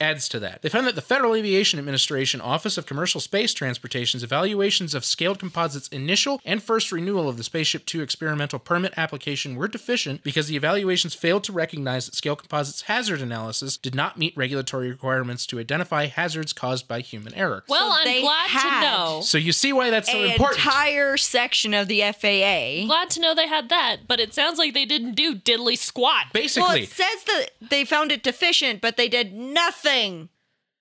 Speaker 2: adds to that. They found that the Federal Aviation Administration Office of Commercial Space Transportation's evaluations of scaled composites' initial and first renewal of the Spaceship Two experimental permit application were deficient because the evaluations failed to recognize that scale composites' hazard analysis did not meet regulatory requirements to identify hazards caused by human error.
Speaker 1: Well,
Speaker 3: So
Speaker 1: I'm
Speaker 3: they
Speaker 1: glad to
Speaker 3: had-
Speaker 1: know.
Speaker 2: So you see why that's so
Speaker 3: An
Speaker 2: important.
Speaker 3: entire section of the FAA.
Speaker 1: Glad to know they had that, but it sounds like they didn't do diddly squat.
Speaker 2: Basically,
Speaker 3: Well, it says that they found it deficient, but they did nothing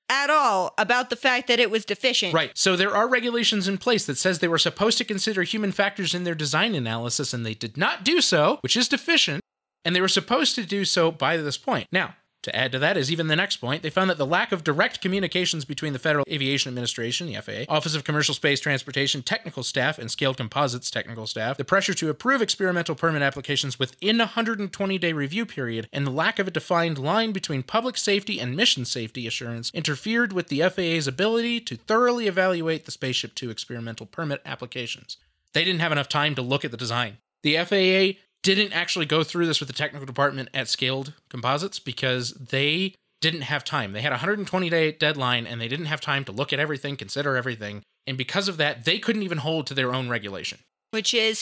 Speaker 3: at all about the fact that it was deficient.
Speaker 2: Right. So there are regulations in place that says they were supposed to consider human factors in their design analysis and they did not do so, which is deficient, and they were supposed to do so by this point. Now, to add to that is even the next point. They found that the lack of direct communications between the Federal Aviation Administration, the FAA, Office of Commercial Space Transportation technical staff, and Scaled Composites technical staff, the pressure to approve experimental permit applications within a 120 day review period, and the lack of a defined line between public safety and mission safety assurance interfered with the FAA's ability to thoroughly evaluate the Spaceship Two experimental permit applications. They didn't have enough time to look at the design. The FAA didn't actually go through this with the technical department at Scaled Composites because they didn't have time. They had a 120 day deadline and they didn't have time to look at everything, consider everything. And because of that, they couldn't even hold to their own regulation.
Speaker 3: Which is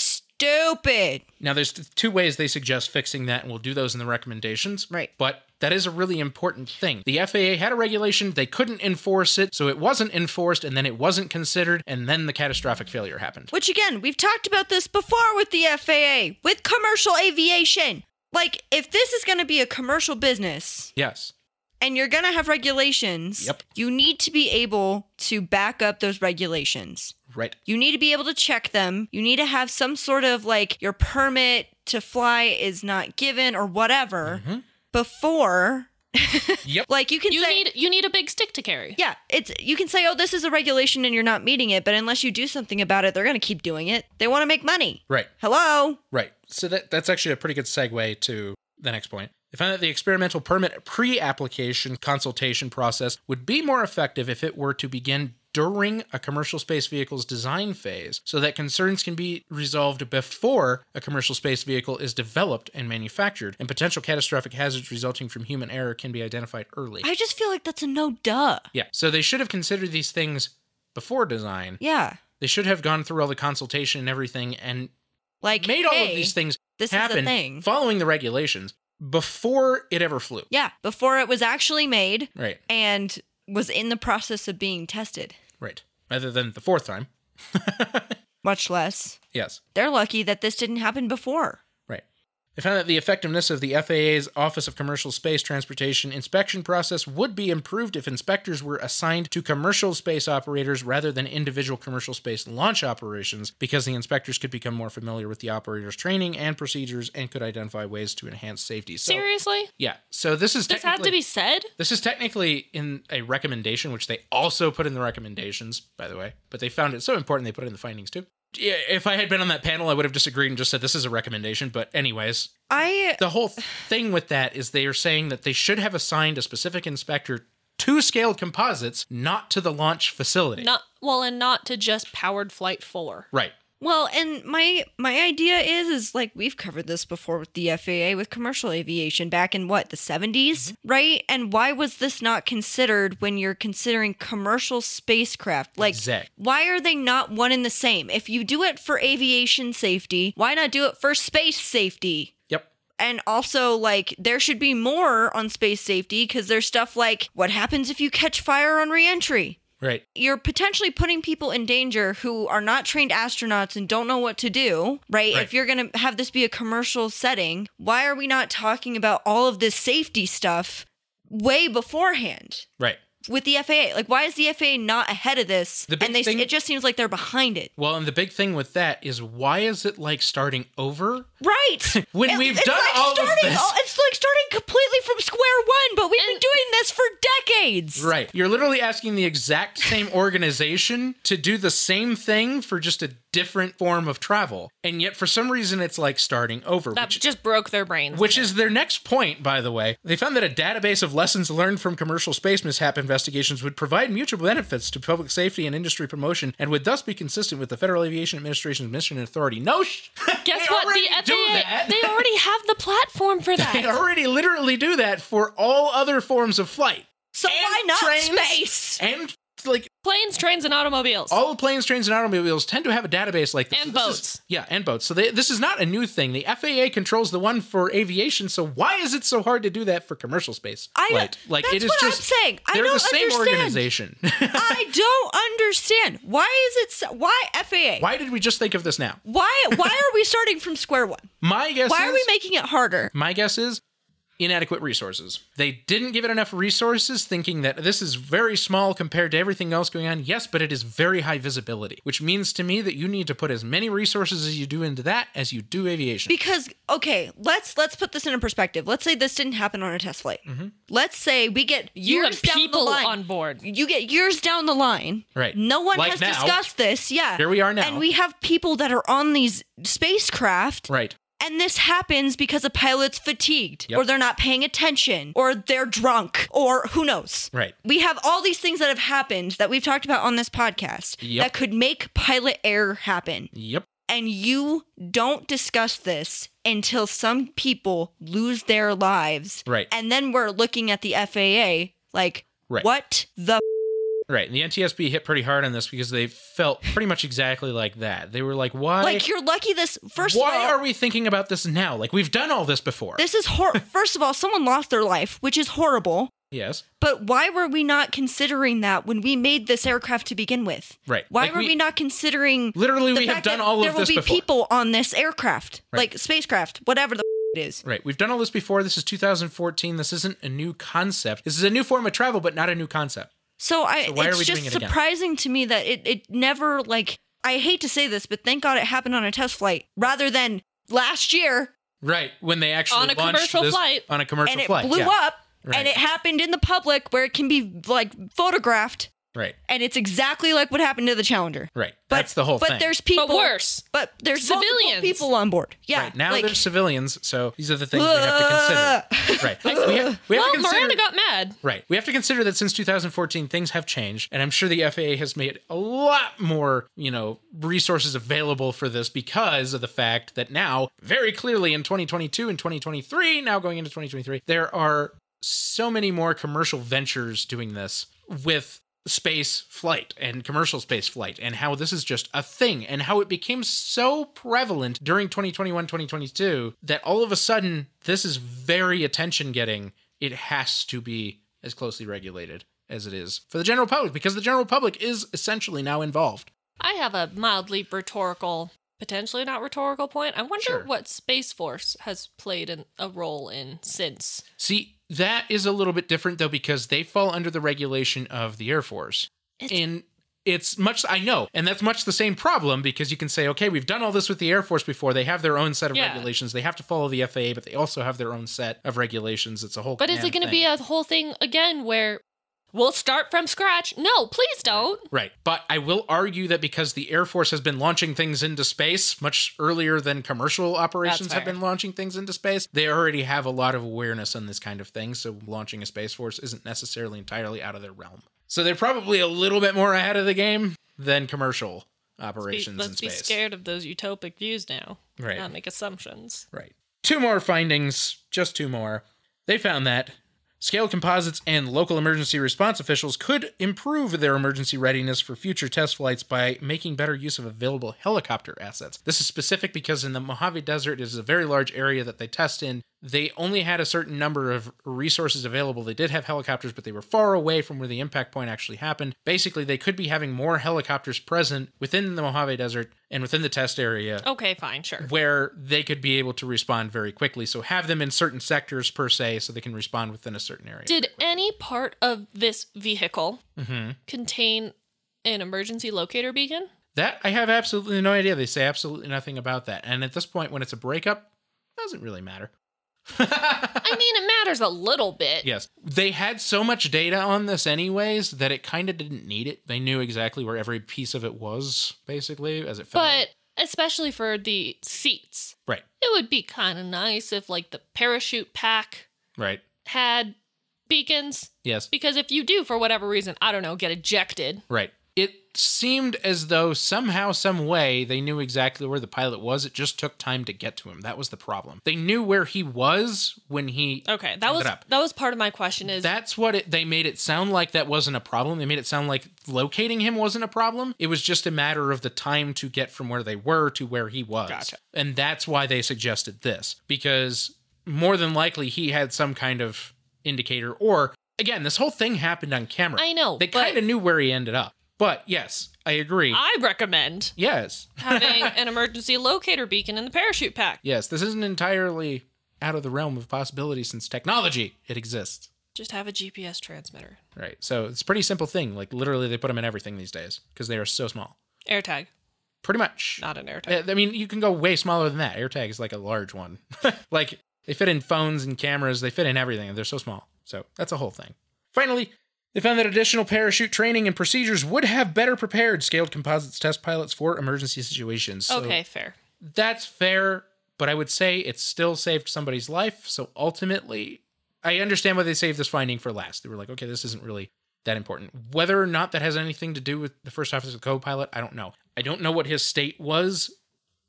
Speaker 3: stupid.
Speaker 2: Now, there's t- two ways they suggest fixing that, and we'll do those in the recommendations.
Speaker 3: Right.
Speaker 2: But that is a really important thing. The FAA had a regulation, they couldn't enforce it, so it wasn't enforced, and then it wasn't considered, and then the catastrophic failure happened.
Speaker 3: Which again, we've talked about this before with the FAA, with commercial aviation. Like, if this is going to be a commercial business
Speaker 2: Yes.
Speaker 3: and you're going to have regulations,
Speaker 2: Yep.
Speaker 3: you need to be able to back up those regulations.
Speaker 2: Right.
Speaker 3: You need to be able to check them. You need to have some sort of like your permit to fly is not given or whatever
Speaker 2: Mm-hmm.
Speaker 3: before.
Speaker 2: Yep.
Speaker 3: Like you can
Speaker 1: You
Speaker 3: say,
Speaker 1: need you need a big stick to carry.
Speaker 3: yeah, it's you can say, oh, this is a regulation and you're not meeting it, but unless you do something about it, they're gonna keep doing it. They want to make money.
Speaker 2: Right.
Speaker 3: Hello.
Speaker 2: Right. So that that's actually a pretty good segue to the next point. They found that the experimental permit pre-application consultation process would be more effective if it were to begin during a commercial space vehicle's design phase so that concerns can be resolved before a commercial space vehicle is developed and manufactured and potential catastrophic hazards resulting from human error can be identified early.
Speaker 3: I just feel like that's a no duh.
Speaker 2: yeah. So they should have considered these things before design.
Speaker 3: Yeah.
Speaker 2: They should have gone through all the consultation and everything and
Speaker 3: Like
Speaker 2: made all of
Speaker 3: hey,
Speaker 2: these things
Speaker 3: This
Speaker 2: happen
Speaker 3: is a thing.
Speaker 2: following the regulations before it ever flew.
Speaker 3: yeah, before it was actually made
Speaker 2: Right,
Speaker 3: and was in the process of being tested.
Speaker 2: right. Rather than the fourth time.
Speaker 3: Much less.
Speaker 2: Yes,
Speaker 3: They're lucky that this didn't happen before.
Speaker 2: right. They found that the effectiveness of the FAA's Office of Commercial Space Transportation inspection process would be improved if inspectors were assigned to commercial space operators rather than individual commercial space launch operations, because the inspectors could become more familiar with the operators' training and procedures and could identify ways to enhance safety. So,
Speaker 1: Seriously?
Speaker 2: yeah. So this is
Speaker 1: This had to
Speaker 2: technically-
Speaker 1: be said?
Speaker 2: This is technically in a recommendation, which they also put in the recommendations, by the way, but they found it so important they put it in the findings too. Yeah, If I had been on that panel, I would have disagreed and just said this is a recommendation. But, anyways,
Speaker 3: I
Speaker 2: the whole thing with that is they are saying that they should have assigned a specific inspector to scaled composites, not to the launch facility.
Speaker 1: Not well and not to just powered flight 4.
Speaker 2: Right.
Speaker 3: well, and my my idea is is like we've covered this before with the FAA with commercial aviation back in what, the 70s, right? And why was this not considered when you're considering commercial spacecraft? Like
Speaker 2: Exact.
Speaker 3: why are they not one and the same? If you do it for aviation safety, why not do it for space safety?
Speaker 2: Yep.
Speaker 3: and also like there should be more on space safety because there's stuff like what happens if you catch fire on reentry
Speaker 2: Right.
Speaker 3: you're potentially putting people in danger who are not trained astronauts and don't know what to do right,
Speaker 2: Right.
Speaker 3: if you're going to have this be a commercial setting why are we not talking about all of this safety stuff way beforehand
Speaker 2: Right.
Speaker 3: with the FAA like why is the FAA not ahead of this
Speaker 2: The big
Speaker 3: and they
Speaker 2: thing-
Speaker 3: it just seems like they're behind it
Speaker 2: Well, and the big thing with that is why is it like starting over?
Speaker 3: Right.
Speaker 2: [LAUGHS] When we've done all of
Speaker 3: starting,
Speaker 2: this.
Speaker 3: all- It's like starting completely from square one, but we've been
Speaker 1: And-
Speaker 3: doing this for decades.
Speaker 2: Right. You're literally asking the exact same [LAUGHS] organization to do the same thing for just a different form of travel. And yet, for some reason, it's like starting over,
Speaker 1: That
Speaker 2: which,
Speaker 1: just broke their brains.
Speaker 2: which is their next point, by the way. They found that a database of lessons learned from commercial space mishap investigations would provide mutual benefits to public safety and industry promotion and would thus be consistent with the Federal Aviation Administration's mission and authority. No, sh- [LAUGHS]
Speaker 1: Guess
Speaker 2: they
Speaker 1: what?
Speaker 2: already
Speaker 1: The FAA
Speaker 2: do that. [LAUGHS]
Speaker 1: they already have the platform for
Speaker 2: they
Speaker 1: that.
Speaker 2: already literally do that for all other forms of flight
Speaker 3: So why not
Speaker 2: trains.
Speaker 1: [LAUGHS]
Speaker 3: space?
Speaker 2: and like
Speaker 1: Planes, trains, and automobiles.
Speaker 2: all the planes, trains, and automobiles tend to have a database like this.
Speaker 1: And
Speaker 2: This is-
Speaker 1: boats.
Speaker 2: yeah, and boats. So they, this is not a new thing. The FAA controls the one for aviation, so why is it so hard to do that for commercial space?
Speaker 3: I
Speaker 2: Like- like
Speaker 3: that's
Speaker 2: it is
Speaker 3: what
Speaker 2: just
Speaker 3: I'm saying. I
Speaker 2: they're
Speaker 3: don't
Speaker 2: the same
Speaker 3: understand.
Speaker 2: organization. [LAUGHS]
Speaker 3: I don't understand. Why is it so, why FAA?
Speaker 2: why did we just think of this now?
Speaker 3: Why why are we starting from square one?
Speaker 2: My guess
Speaker 3: Why
Speaker 2: is
Speaker 3: are we making it harder?
Speaker 2: my guess is inadequate resources. They didn't give it enough resources thinking that this is very small compared to everything else going on. Yes, but it is very high visibility, which means to me that you need to put as many resources as you do into that as you do aviation.
Speaker 3: Because okay, let's let's put this into perspective. Let's say this didn't happen on a test flight.
Speaker 2: Mm-hmm.
Speaker 3: Let's say we get
Speaker 1: you
Speaker 3: years
Speaker 1: have
Speaker 3: down the
Speaker 1: people
Speaker 3: line.
Speaker 1: on board.
Speaker 3: you get years down the line.
Speaker 2: Right.
Speaker 3: No one
Speaker 2: Like
Speaker 3: has
Speaker 2: now.
Speaker 3: discussed this. Yeah.
Speaker 2: Here we are now.
Speaker 3: And we have people that are on these spacecraft.
Speaker 2: right.
Speaker 3: And this happens because a pilot's fatigued
Speaker 2: Yep.
Speaker 3: or they're not paying attention or they're drunk or who knows.
Speaker 2: Right.
Speaker 3: We have all these things that have happened that we've talked about on this podcast
Speaker 2: Yep.
Speaker 3: that could make pilot error happen.
Speaker 2: Yep.
Speaker 3: And you don't discuss this until some people lose their lives.
Speaker 2: Right.
Speaker 3: And then we're looking at the FAA like,
Speaker 2: Right.
Speaker 3: what the
Speaker 2: Right. And the NTSB hit pretty hard on this because they felt pretty much exactly like that. They were like, why?
Speaker 3: Like you're lucky this first
Speaker 2: why
Speaker 3: of all
Speaker 2: are we thinking about this now? Like we've done all this before.
Speaker 3: this is hor first of all someone lost their life, which is horrible.
Speaker 2: yes.
Speaker 3: But why were we not considering that when we made this aircraft to begin with?
Speaker 2: Right.
Speaker 3: Why
Speaker 2: Like,
Speaker 3: were we,
Speaker 2: we-
Speaker 3: not considering
Speaker 2: Literally,
Speaker 3: the
Speaker 2: we have
Speaker 3: fact
Speaker 2: done
Speaker 3: that
Speaker 2: all
Speaker 3: there
Speaker 2: of this
Speaker 3: will be
Speaker 2: before.
Speaker 3: people on this aircraft,
Speaker 2: Right.
Speaker 3: like spacecraft, whatever the [LAUGHS] it is.
Speaker 2: Right. We've done all this before. This is 2014. This isn't a new concept. This is a new form of travel, but not a new concept.
Speaker 3: So I
Speaker 2: So why are
Speaker 3: it's
Speaker 2: we doing
Speaker 3: just
Speaker 2: it again?
Speaker 3: surprising to me that it it never like I hate to say this, but thank God it happened on a test flight rather than last year
Speaker 2: Right. When they actually
Speaker 1: On a
Speaker 2: launched
Speaker 1: commercial
Speaker 2: this-
Speaker 1: flight.
Speaker 2: On a commercial
Speaker 3: and it
Speaker 2: flight.
Speaker 3: blew
Speaker 2: yeah.
Speaker 3: up
Speaker 2: Right.
Speaker 3: and it happened in the public where it can be like photographed
Speaker 2: Right.
Speaker 3: and it's exactly like what happened to the Challenger.
Speaker 2: Right.
Speaker 3: But
Speaker 2: That's the whole
Speaker 3: but
Speaker 2: thing.
Speaker 3: there's people
Speaker 1: But worse.
Speaker 3: but there's
Speaker 1: Civilians.
Speaker 3: civilians people on board. Yeah.
Speaker 2: right. Now
Speaker 3: like,
Speaker 2: there's civilians, so these are the things we
Speaker 3: [LAUGHS]
Speaker 2: have to consider. Right. We have, we have
Speaker 1: well,
Speaker 2: to consider,
Speaker 1: Miranda got mad.
Speaker 2: Right. We have to consider that since 2014, things have changed, and I'm sure the FAA has made a lot more, you know, resources available for this because of the fact that now, very clearly in 2022 and 2023, now going into 2023, there are so many more commercial ventures doing this with space flight and commercial space flight and how this is just a thing and how it became so prevalent during 2021 2022 that all of a sudden this is very attention getting it has to be as closely regulated as it is for the general public because the general public is essentially now involved
Speaker 1: I have a mildly rhetorical, potentially not rhetorical point. I wonder
Speaker 2: Sure.
Speaker 1: what Space Force has played an, a role in since.
Speaker 2: see that is a little bit different though because they fall under the regulation of the air force
Speaker 1: It's
Speaker 2: and it's much I know, and that's much the same problem because you can say, okay, we've done all this with the Air Force before. They have their own set of
Speaker 1: Yeah.
Speaker 2: regulations. They have to follow the FAA, but they also have their own set of regulations. It's a whole.
Speaker 1: But is it going to be a whole thing again where we'll start from scratch? No, please don't.
Speaker 2: Right. But I will argue that because the Air Force has been launching things into space much earlier than commercial operations
Speaker 1: That's
Speaker 2: have
Speaker 1: fair.
Speaker 2: been launching things into space, they already have a lot of awareness on this kind of thing. So launching a Space Force isn't necessarily entirely out of their realm. So they're probably a little bit more ahead of the game than commercial operations
Speaker 1: let's
Speaker 2: in
Speaker 1: be
Speaker 2: space.
Speaker 1: scared of those utopic views now.
Speaker 2: Right.
Speaker 1: Not make assumptions.
Speaker 2: Right. Two more findings, just two more. They found that scale composites and local emergency response officials could improve their emergency readiness for future test flights by making better use of available helicopter assets. This is specific because in the Mojave Desert it is a very large area that they test in. They only had a certain number of resources available. They did have helicopters, but they were far away from where the impact point actually happened. Basically, they could be having more helicopters present within the Mojave Desert and within the test area
Speaker 1: Okay, fine, sure.
Speaker 2: where they could be able to respond very quickly. So have them in certain sectors per se, so they can respond within a certain area.
Speaker 1: Did any part of this vehicle
Speaker 2: hmm
Speaker 1: contain an emergency locator beacon?
Speaker 2: That I have absolutely no idea. They say absolutely nothing about that. And at this point, when it's a breakup, doesn't really matter.
Speaker 1: I mean, it matters a little
Speaker 2: [LAUGHS]
Speaker 1: bit.
Speaker 2: yes, they had so much data on this anyways that it kind of didn't need it. They knew exactly where every piece of it was, basically, as it fell.
Speaker 1: But especially for the seats,
Speaker 2: right,
Speaker 1: it would be kind of nice if, like, the parachute pack
Speaker 2: right,
Speaker 1: had beacons.
Speaker 2: yes.
Speaker 1: Because if you do, for whatever reason, I don't know, get ejected,
Speaker 2: Right. It seemed as though somehow, some way, they knew exactly where the pilot was. It just took time to get to him. That was the problem. They knew where he was when he.
Speaker 1: Okay, that was
Speaker 2: it up.
Speaker 1: that was part of my question. Is
Speaker 2: That's what it, they made it sound like that wasn't a problem. They made it sound like locating him wasn't a problem. It was just a matter of the time to get from where they were to where he was.
Speaker 1: Gotcha.
Speaker 2: And that's why they suggested this, because more than likely he had some kind of indicator or. Again, this whole thing happened on camera.
Speaker 1: I know,
Speaker 2: They
Speaker 1: but-
Speaker 2: kind of knew where he ended up. But yes, I agree.
Speaker 1: I recommend
Speaker 2: Yes. [LAUGHS]
Speaker 1: having an emergency locator beacon in the parachute pack.
Speaker 2: Yes, this isn't entirely out of the realm of possibility since technology it exists.
Speaker 1: Just have a GPS transmitter,
Speaker 2: Right. So it's a pretty simple thing. Like literally they put them in everything these days because they are so small.
Speaker 1: AirTag,
Speaker 2: Pretty much.
Speaker 1: not an AirTag.
Speaker 2: I I mean, you can go way smaller than that. AirTag is like a large one. [LAUGHS] like they fit in phones and cameras, they fit in everything, and they're so small. So that's a whole thing. Finally, they found that additional parachute training and procedures would have better prepared scaled composites test pilots for emergency situations. So
Speaker 1: okay, fair.
Speaker 2: that's fair, but I would say it still saved somebody's life. So ultimately, I understand why they saved this finding for last. They were like, okay, this isn't really that important. Whether or not that has anything to do with the first officer co pilot, I don't know. I don't know what his state was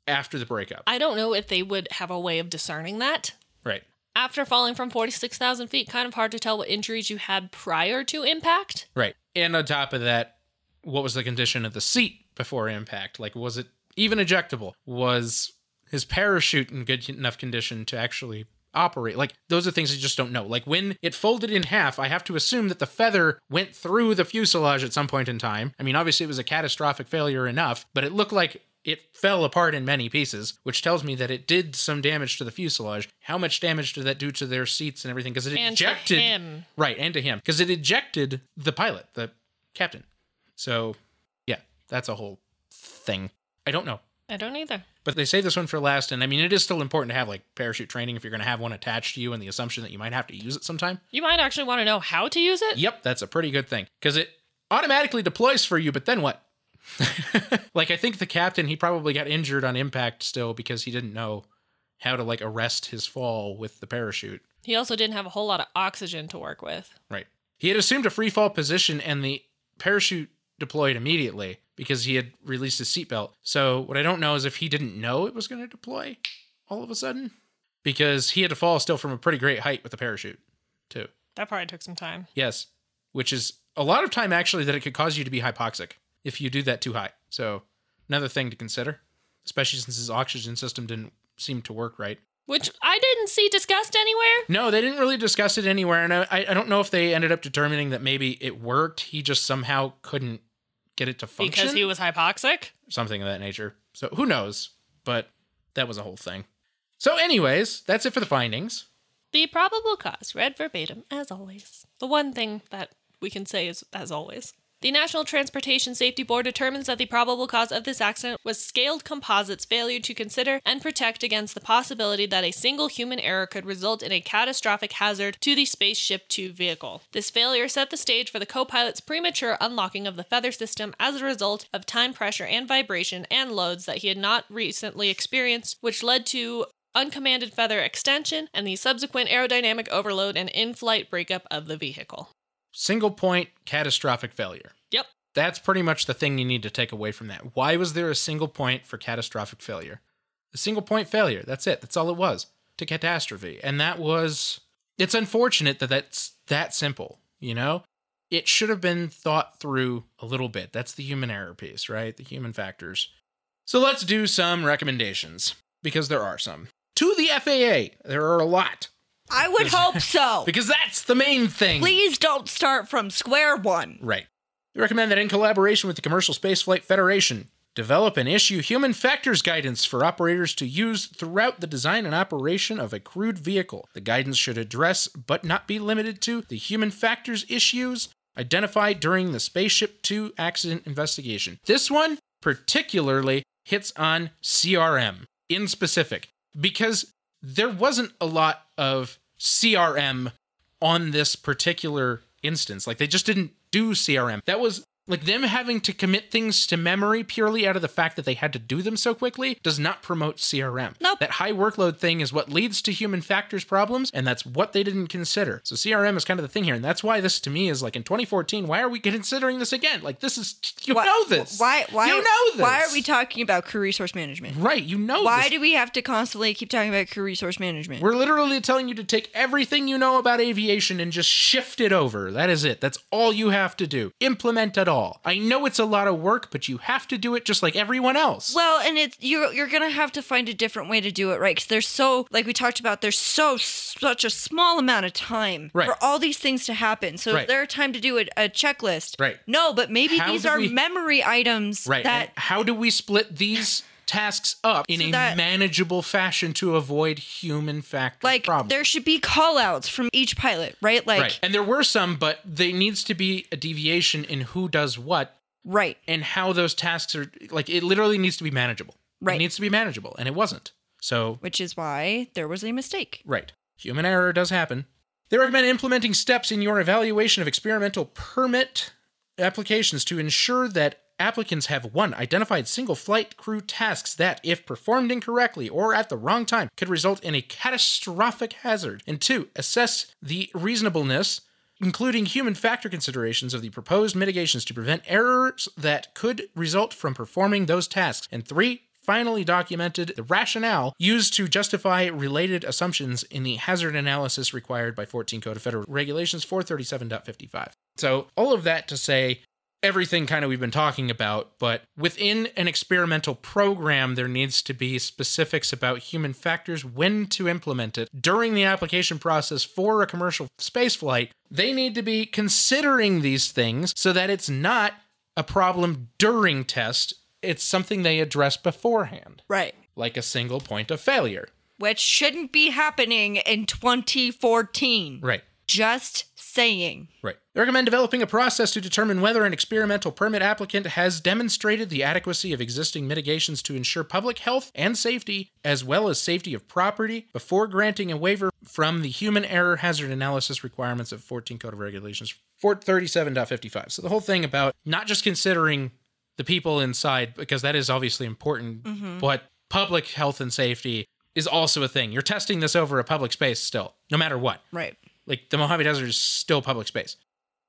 Speaker 2: after the breakup.
Speaker 1: I don't know if they would have a way of discerning that.
Speaker 2: Right.
Speaker 1: After falling from 46,000 feet, kind of hard to tell what injuries you had prior to impact.
Speaker 2: Right. And on top of that, what was the condition of the seat before impact? Like, was it even ejectable? Was his parachute in good enough condition to actually operate? Like, those are things I just don't know. Like, when it folded in half, I have to assume that the feather went through the fuselage at some point in time. I mean, obviously, it was a catastrophic failure enough, but it looked like it fell apart in many pieces, which tells me that it did some damage to the fuselage. How much damage did that do to their seats and everything? Because it
Speaker 1: And to
Speaker 2: ejected.
Speaker 1: him.
Speaker 2: Right, and to him. Because it ejected the pilot, the captain. So, yeah, that's a whole thing. I don't know.
Speaker 1: I don't either.
Speaker 2: But they say this one for last, and I mean, it is still important to have like parachute training if you're going to have one attached to you, and the assumption that you might have to use it sometime.
Speaker 1: You might actually want to know how to use it.
Speaker 2: Yep, that's a pretty good thing because it automatically deploys for you, but then what? [LAUGHS] like, I think the captain, he probably got injured on impact still because he didn't know how to like arrest his fall with the parachute.
Speaker 1: He also didn't have a whole lot of oxygen to work with.
Speaker 2: Right. He had assumed a free fall position and the parachute deployed immediately because he had released his seatbelt. So, what I don't know is if he didn't know it was going to deploy all of a sudden because he had to fall still from a pretty great height with a parachute, too.
Speaker 1: That probably took some time.
Speaker 2: Yes, which is a lot of time actually that it could cause you to be hypoxic if you do that too high. So, another thing to consider, especially since his oxygen system didn't seem to work right.
Speaker 1: Which I didn't see discussed anywhere.
Speaker 2: No, they didn't really discuss it anywhere, and I, I don't know if they ended up determining that maybe it worked. He just somehow couldn't get it to function,
Speaker 1: Because he was hypoxic.
Speaker 2: something of that nature. So who knows? But that was a whole thing. So, anyways, that's it for the findings.
Speaker 1: The probable cause, read verbatim, as always. The one thing that we can say is, as always. The National Transportation Safety Board determines that the probable cause of this accident was scaled composites' failure to consider and protect against the possibility that a single human error could result in a catastrophic hazard to the Spaceship Two vehicle. This failure set the stage for the co pilot's premature unlocking of the feather system as a result of time pressure and vibration and loads that he had not recently experienced, which led to uncommanded feather extension, and the subsequent aerodynamic overload and in flight breakup of the vehicle.
Speaker 2: Single point catastrophic failure.
Speaker 1: Yep.
Speaker 2: That's pretty much the thing you need to take away from that. Why was there a single point for catastrophic failure? A single point failure. That's it. That's all it was to catastrophe. And that was. It's unfortunate that that's that simple, you know? It should have been thought through a little bit. That's the human error piece, right? The human factors. So let's do some recommendations because there are some. To the FAA, there are a lot
Speaker 3: I would hope so.
Speaker 2: [LAUGHS] because that's the main thing.
Speaker 3: Please don't start from square one.
Speaker 2: Right. We recommend that in collaboration with the Commercial Spaceflight Federation, develop and issue human factors guidance for operators to use throughout the design and operation of a crewed vehicle. The guidance should address, but not be limited to, the human factors issues identified during the Spaceship Two accident investigation. This one particularly hits on CRM in specific because there wasn't a lot of CRM on this particular instance. Like they just didn't do CRM. That was like them having to commit things to memory purely out of the fact that they had to do them so quickly does not promote CRM.
Speaker 3: Nope.
Speaker 2: That high workload thing is what leads to human factors problems, and that's what they didn't consider. So CRM is kind of the thing here, and that's why this to me is like in 2014, why are we considering this again? Like this is you
Speaker 3: Why-
Speaker 2: know this.
Speaker 3: Why? Why?
Speaker 2: you know this?
Speaker 3: Why are we talking about crew resource management?
Speaker 2: right? You know
Speaker 3: Why
Speaker 2: this.
Speaker 3: do we have to constantly keep talking about crew resource management?
Speaker 2: We're literally telling you to take everything you know about aviation and just shift it over. That is it. That's all you have to do. Implement it all. I know it's a lot of work, but you have to do it just like everyone else.
Speaker 3: well, and it's you're you're gonna have to find a different way to do it, right? Because there's so like we talked about, there's so such a small amount of time
Speaker 2: Right.
Speaker 3: for all these things to happen. So
Speaker 2: Right.
Speaker 3: is there time to do a, a checklist?
Speaker 2: Right.
Speaker 3: No, but maybe
Speaker 2: How
Speaker 3: these
Speaker 2: do
Speaker 3: are
Speaker 2: we-
Speaker 3: memory items
Speaker 2: right.
Speaker 3: that
Speaker 2: and how do we split these tasks up in
Speaker 3: So
Speaker 2: a
Speaker 3: that-
Speaker 2: manageable fashion to avoid human factor
Speaker 3: like
Speaker 2: problems?
Speaker 3: there should be call outs from each pilot, right? Like
Speaker 2: right. And there were some, but there needs to be a deviation in who does what
Speaker 3: right.
Speaker 2: and how those tasks are like it literally needs to be manageable. It
Speaker 3: Right.
Speaker 2: needs to be manageable, and it wasn't. So
Speaker 3: which is why there was a mistake.
Speaker 2: Right. Human error does happen. They recommend implementing steps in your evaluation of experimental permit applications to ensure that applicants have one identified single flight crew tasks that if performed incorrectly or at the wrong time could result in a catastrophic hazard and two assess the reasonableness including human factor considerations of the proposed mitigations to prevent errors that could result from performing those tasks. And three, finally documented the rationale used to justify related assumptions in the hazard analysis required by 14 Code of Federal Regulations 437.55. So, all of that to say, everything kind of we've been talking about, but within an experimental program, there needs to be specifics about human factors, when to implement it. During the application process for a commercial spaceflight, they need to be considering these things so that it's not a problem during test, it's something they address beforehand,
Speaker 3: Right.
Speaker 2: like a single point of failure.
Speaker 3: Which shouldn't be happening in 2014.
Speaker 2: Right.
Speaker 3: Just saying.
Speaker 2: Right. They recommend developing a process to determine whether an experimental permit applicant has demonstrated the adequacy of existing mitigations to ensure public health and safety, as well as safety of property, before granting a waiver from the human error hazard analysis requirements of 14 Code of Regulations 437.55. So the whole thing about not just considering the people inside, because that is obviously important, but public health and safety is also a thing. You're testing this over a public space still, no matter what
Speaker 3: Right.
Speaker 2: like the Mojave Desert is still public space.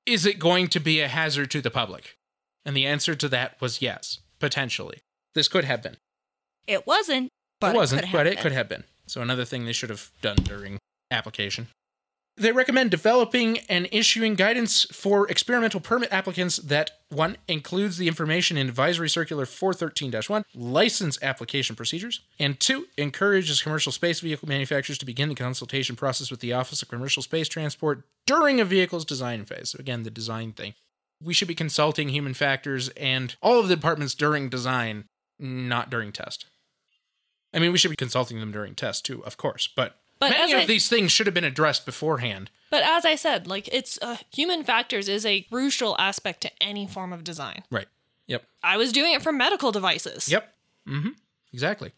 Speaker 2: Is it going to be a hazard to the public? And the answer to that was yes, potentially. This could have been.
Speaker 3: It wasn't, but
Speaker 2: it wasn't,
Speaker 3: could have
Speaker 2: but it
Speaker 3: been.
Speaker 2: could have been. So another thing they should have done during application. They recommend developing and issuing guidance for experimental permit applicants that one includes the information in Advisory Circular 413-1 license application procedures, and two encourages commercial space vehicle manufacturers to begin the consultation process with the Office of Commercial Space Transport during a vehicle's design phase. So again, the design thing. We should be consulting human factors and all of the departments during design, not during test. I mean, we should be consulting them during test too, of course, but,
Speaker 1: But
Speaker 2: many
Speaker 1: as
Speaker 2: of
Speaker 1: I-
Speaker 2: these things should have been addressed beforehand.
Speaker 1: But as I said, like it's uh, human factors is a crucial aspect to any form of design.
Speaker 2: Right. Yep.
Speaker 1: I was doing it for medical devices.
Speaker 2: Yep. Mm-hmm. Exactly.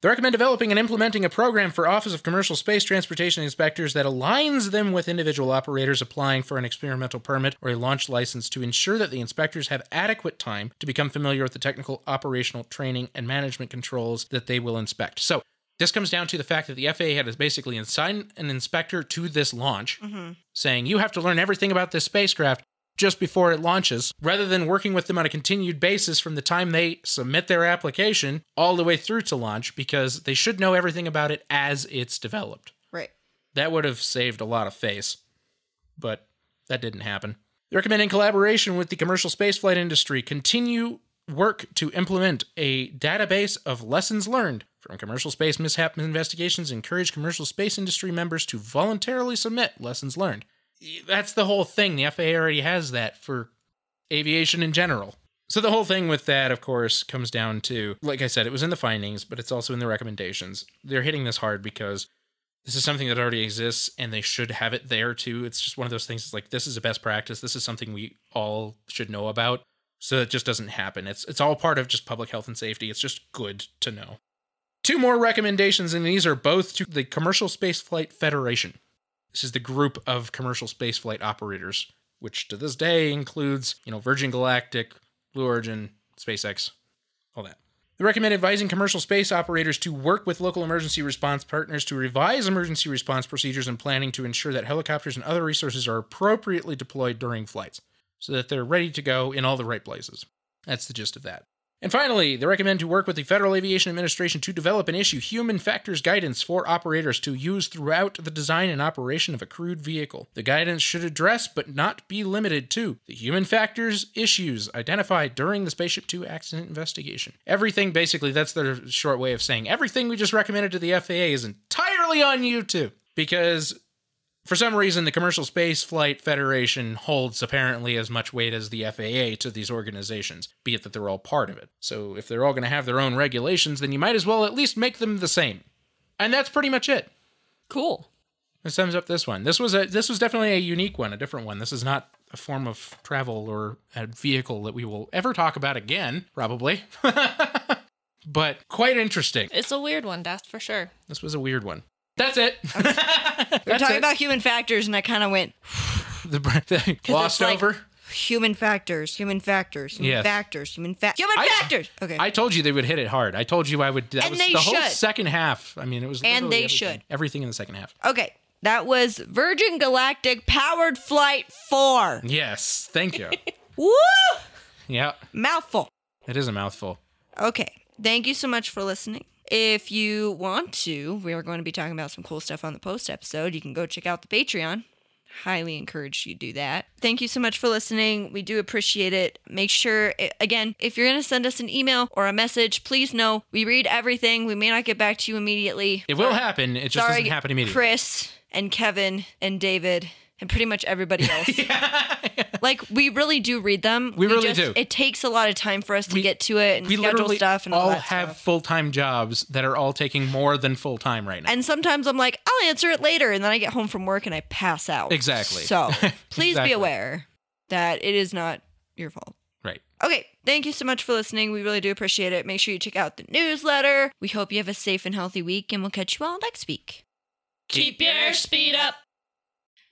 Speaker 2: They recommend developing and implementing a program for Office of Commercial Space Transportation Inspectors that aligns them with individual operators applying for an experimental permit or a launch license to ensure that the inspectors have adequate time to become familiar with the technical, operational, training, and management controls that they will inspect. So, this comes down to the fact that the FAA had basically assigned an inspector to this launch, saying, You have to learn everything about this spacecraft just before it launches, rather than working with them on a continued basis from the time they submit their application all the way through to launch, because they should know everything about it as it's developed.
Speaker 3: Right.
Speaker 2: That would have saved a lot of face, but that didn't happen. They recommend in collaboration with the commercial spaceflight industry continue work to implement a database of lessons learned from commercial space mishap investigations. Encourage commercial space industry members to voluntarily submit lessons learned. That's the whole thing. The FAA already has that for aviation in general. So the whole thing with that, of course, comes down to, like I said, it was in the findings, but it's also in the recommendations. They're hitting this hard because this is something that already exists and they should have it there too. It's just one of those things. It's like this is a best practice. This is something we all should know about. So it just doesn't happen. It's it's all part of just public health and safety. It's just good to know. Two more recommendations, and these are both to the Commercial Spaceflight Federation. This is the group of commercial spaceflight operators, which to this day includes, you know, Virgin Galactic, Blue Origin, SpaceX, all that. They recommend advising commercial space operators to work with local emergency response partners to revise emergency response procedures and planning to ensure that helicopters and other resources are appropriately deployed during flights so that they're ready to go in all the right places. That's the gist of that. And finally, they recommend to work with the Federal Aviation Administration to develop and issue human factors guidance for operators to use throughout the design and operation of a crewed vehicle. The guidance should address, but not be limited to, the human factors issues identified during the Spaceship Two accident investigation. Everything, basically, that's their short way of saying everything we just recommended to the FAA is entirely on you two. Because for some reason, the Commercial Space Flight Federation holds apparently as much weight as the FAA to these organizations, be it that they're all part of it. So if they're all going to have their own regulations, then you might as well at least make them the same. And that's pretty much it.
Speaker 1: Cool.
Speaker 2: That sums up this one. This was a this was definitely a unique one, a different one. This is not a form of travel or a vehicle that we will ever talk about again, probably. [LAUGHS] but quite interesting.
Speaker 1: It's a weird one, that's for sure.
Speaker 2: This was a weird one. That's it. [LAUGHS]
Speaker 3: We're
Speaker 2: That's
Speaker 3: talking
Speaker 2: it.
Speaker 3: about human factors, and I kind of went
Speaker 2: the,
Speaker 3: [LAUGHS]
Speaker 2: the glossed
Speaker 3: like-
Speaker 2: over.
Speaker 3: human factors, human factors, human
Speaker 2: Yes.
Speaker 3: factors, human fa- human
Speaker 2: I-
Speaker 3: factors. Okay.
Speaker 2: I told you they would hit it hard. I told you I would. That
Speaker 3: And
Speaker 2: was
Speaker 3: they
Speaker 2: the whole
Speaker 3: should.
Speaker 2: second half. I mean, it was.
Speaker 3: And
Speaker 2: literally
Speaker 3: they
Speaker 2: everything.
Speaker 3: should.
Speaker 2: Everything in the second half.
Speaker 3: okay. That was Virgin Galactic Powered Flight 4.
Speaker 2: Yes. Thank
Speaker 3: [LAUGHS]
Speaker 2: you.
Speaker 3: Woo!
Speaker 2: yeah.
Speaker 3: Mouthful.
Speaker 2: It is a mouthful.
Speaker 3: Okay. Thank you so much for listening. If you want to, we are going to be talking about some cool stuff on the post episode. You can go check out the Patreon. highly encourage you to do that. Thank you so much for listening. We do appreciate it. Make sure, i- again, if you're going to send us an email or a message, please know we read everything. We may not get back to you immediately.
Speaker 2: It will happen. It just
Speaker 3: Sorry,
Speaker 2: doesn't happen immediately.
Speaker 3: Chris and Kevin and David and pretty
Speaker 2: [LAUGHS]
Speaker 3: much everybody else.
Speaker 2: Yeah.
Speaker 3: Like we really do read them.
Speaker 2: We really
Speaker 3: just-
Speaker 2: do.
Speaker 3: It takes a lot of time for us to
Speaker 2: We-
Speaker 3: get to it and
Speaker 2: we
Speaker 3: schedule
Speaker 2: literally
Speaker 3: stuff and all,
Speaker 2: all,
Speaker 3: that
Speaker 2: have
Speaker 3: stuff.
Speaker 2: full time jobs that are all taking more than full time right now.
Speaker 3: And sometimes I'm like, I'll answer it later, and then I get home from work and I pass out.
Speaker 2: Exactly. [LAUGHS]
Speaker 3: So please
Speaker 2: Exactly.
Speaker 3: be aware that it is not your fault.
Speaker 2: right.
Speaker 3: Okay, thank you so much for listening. We really do appreciate it. Make sure you check out the newsletter. We hope you have a safe and healthy week, and we'll catch you all next week.
Speaker 1: Keep your speed up.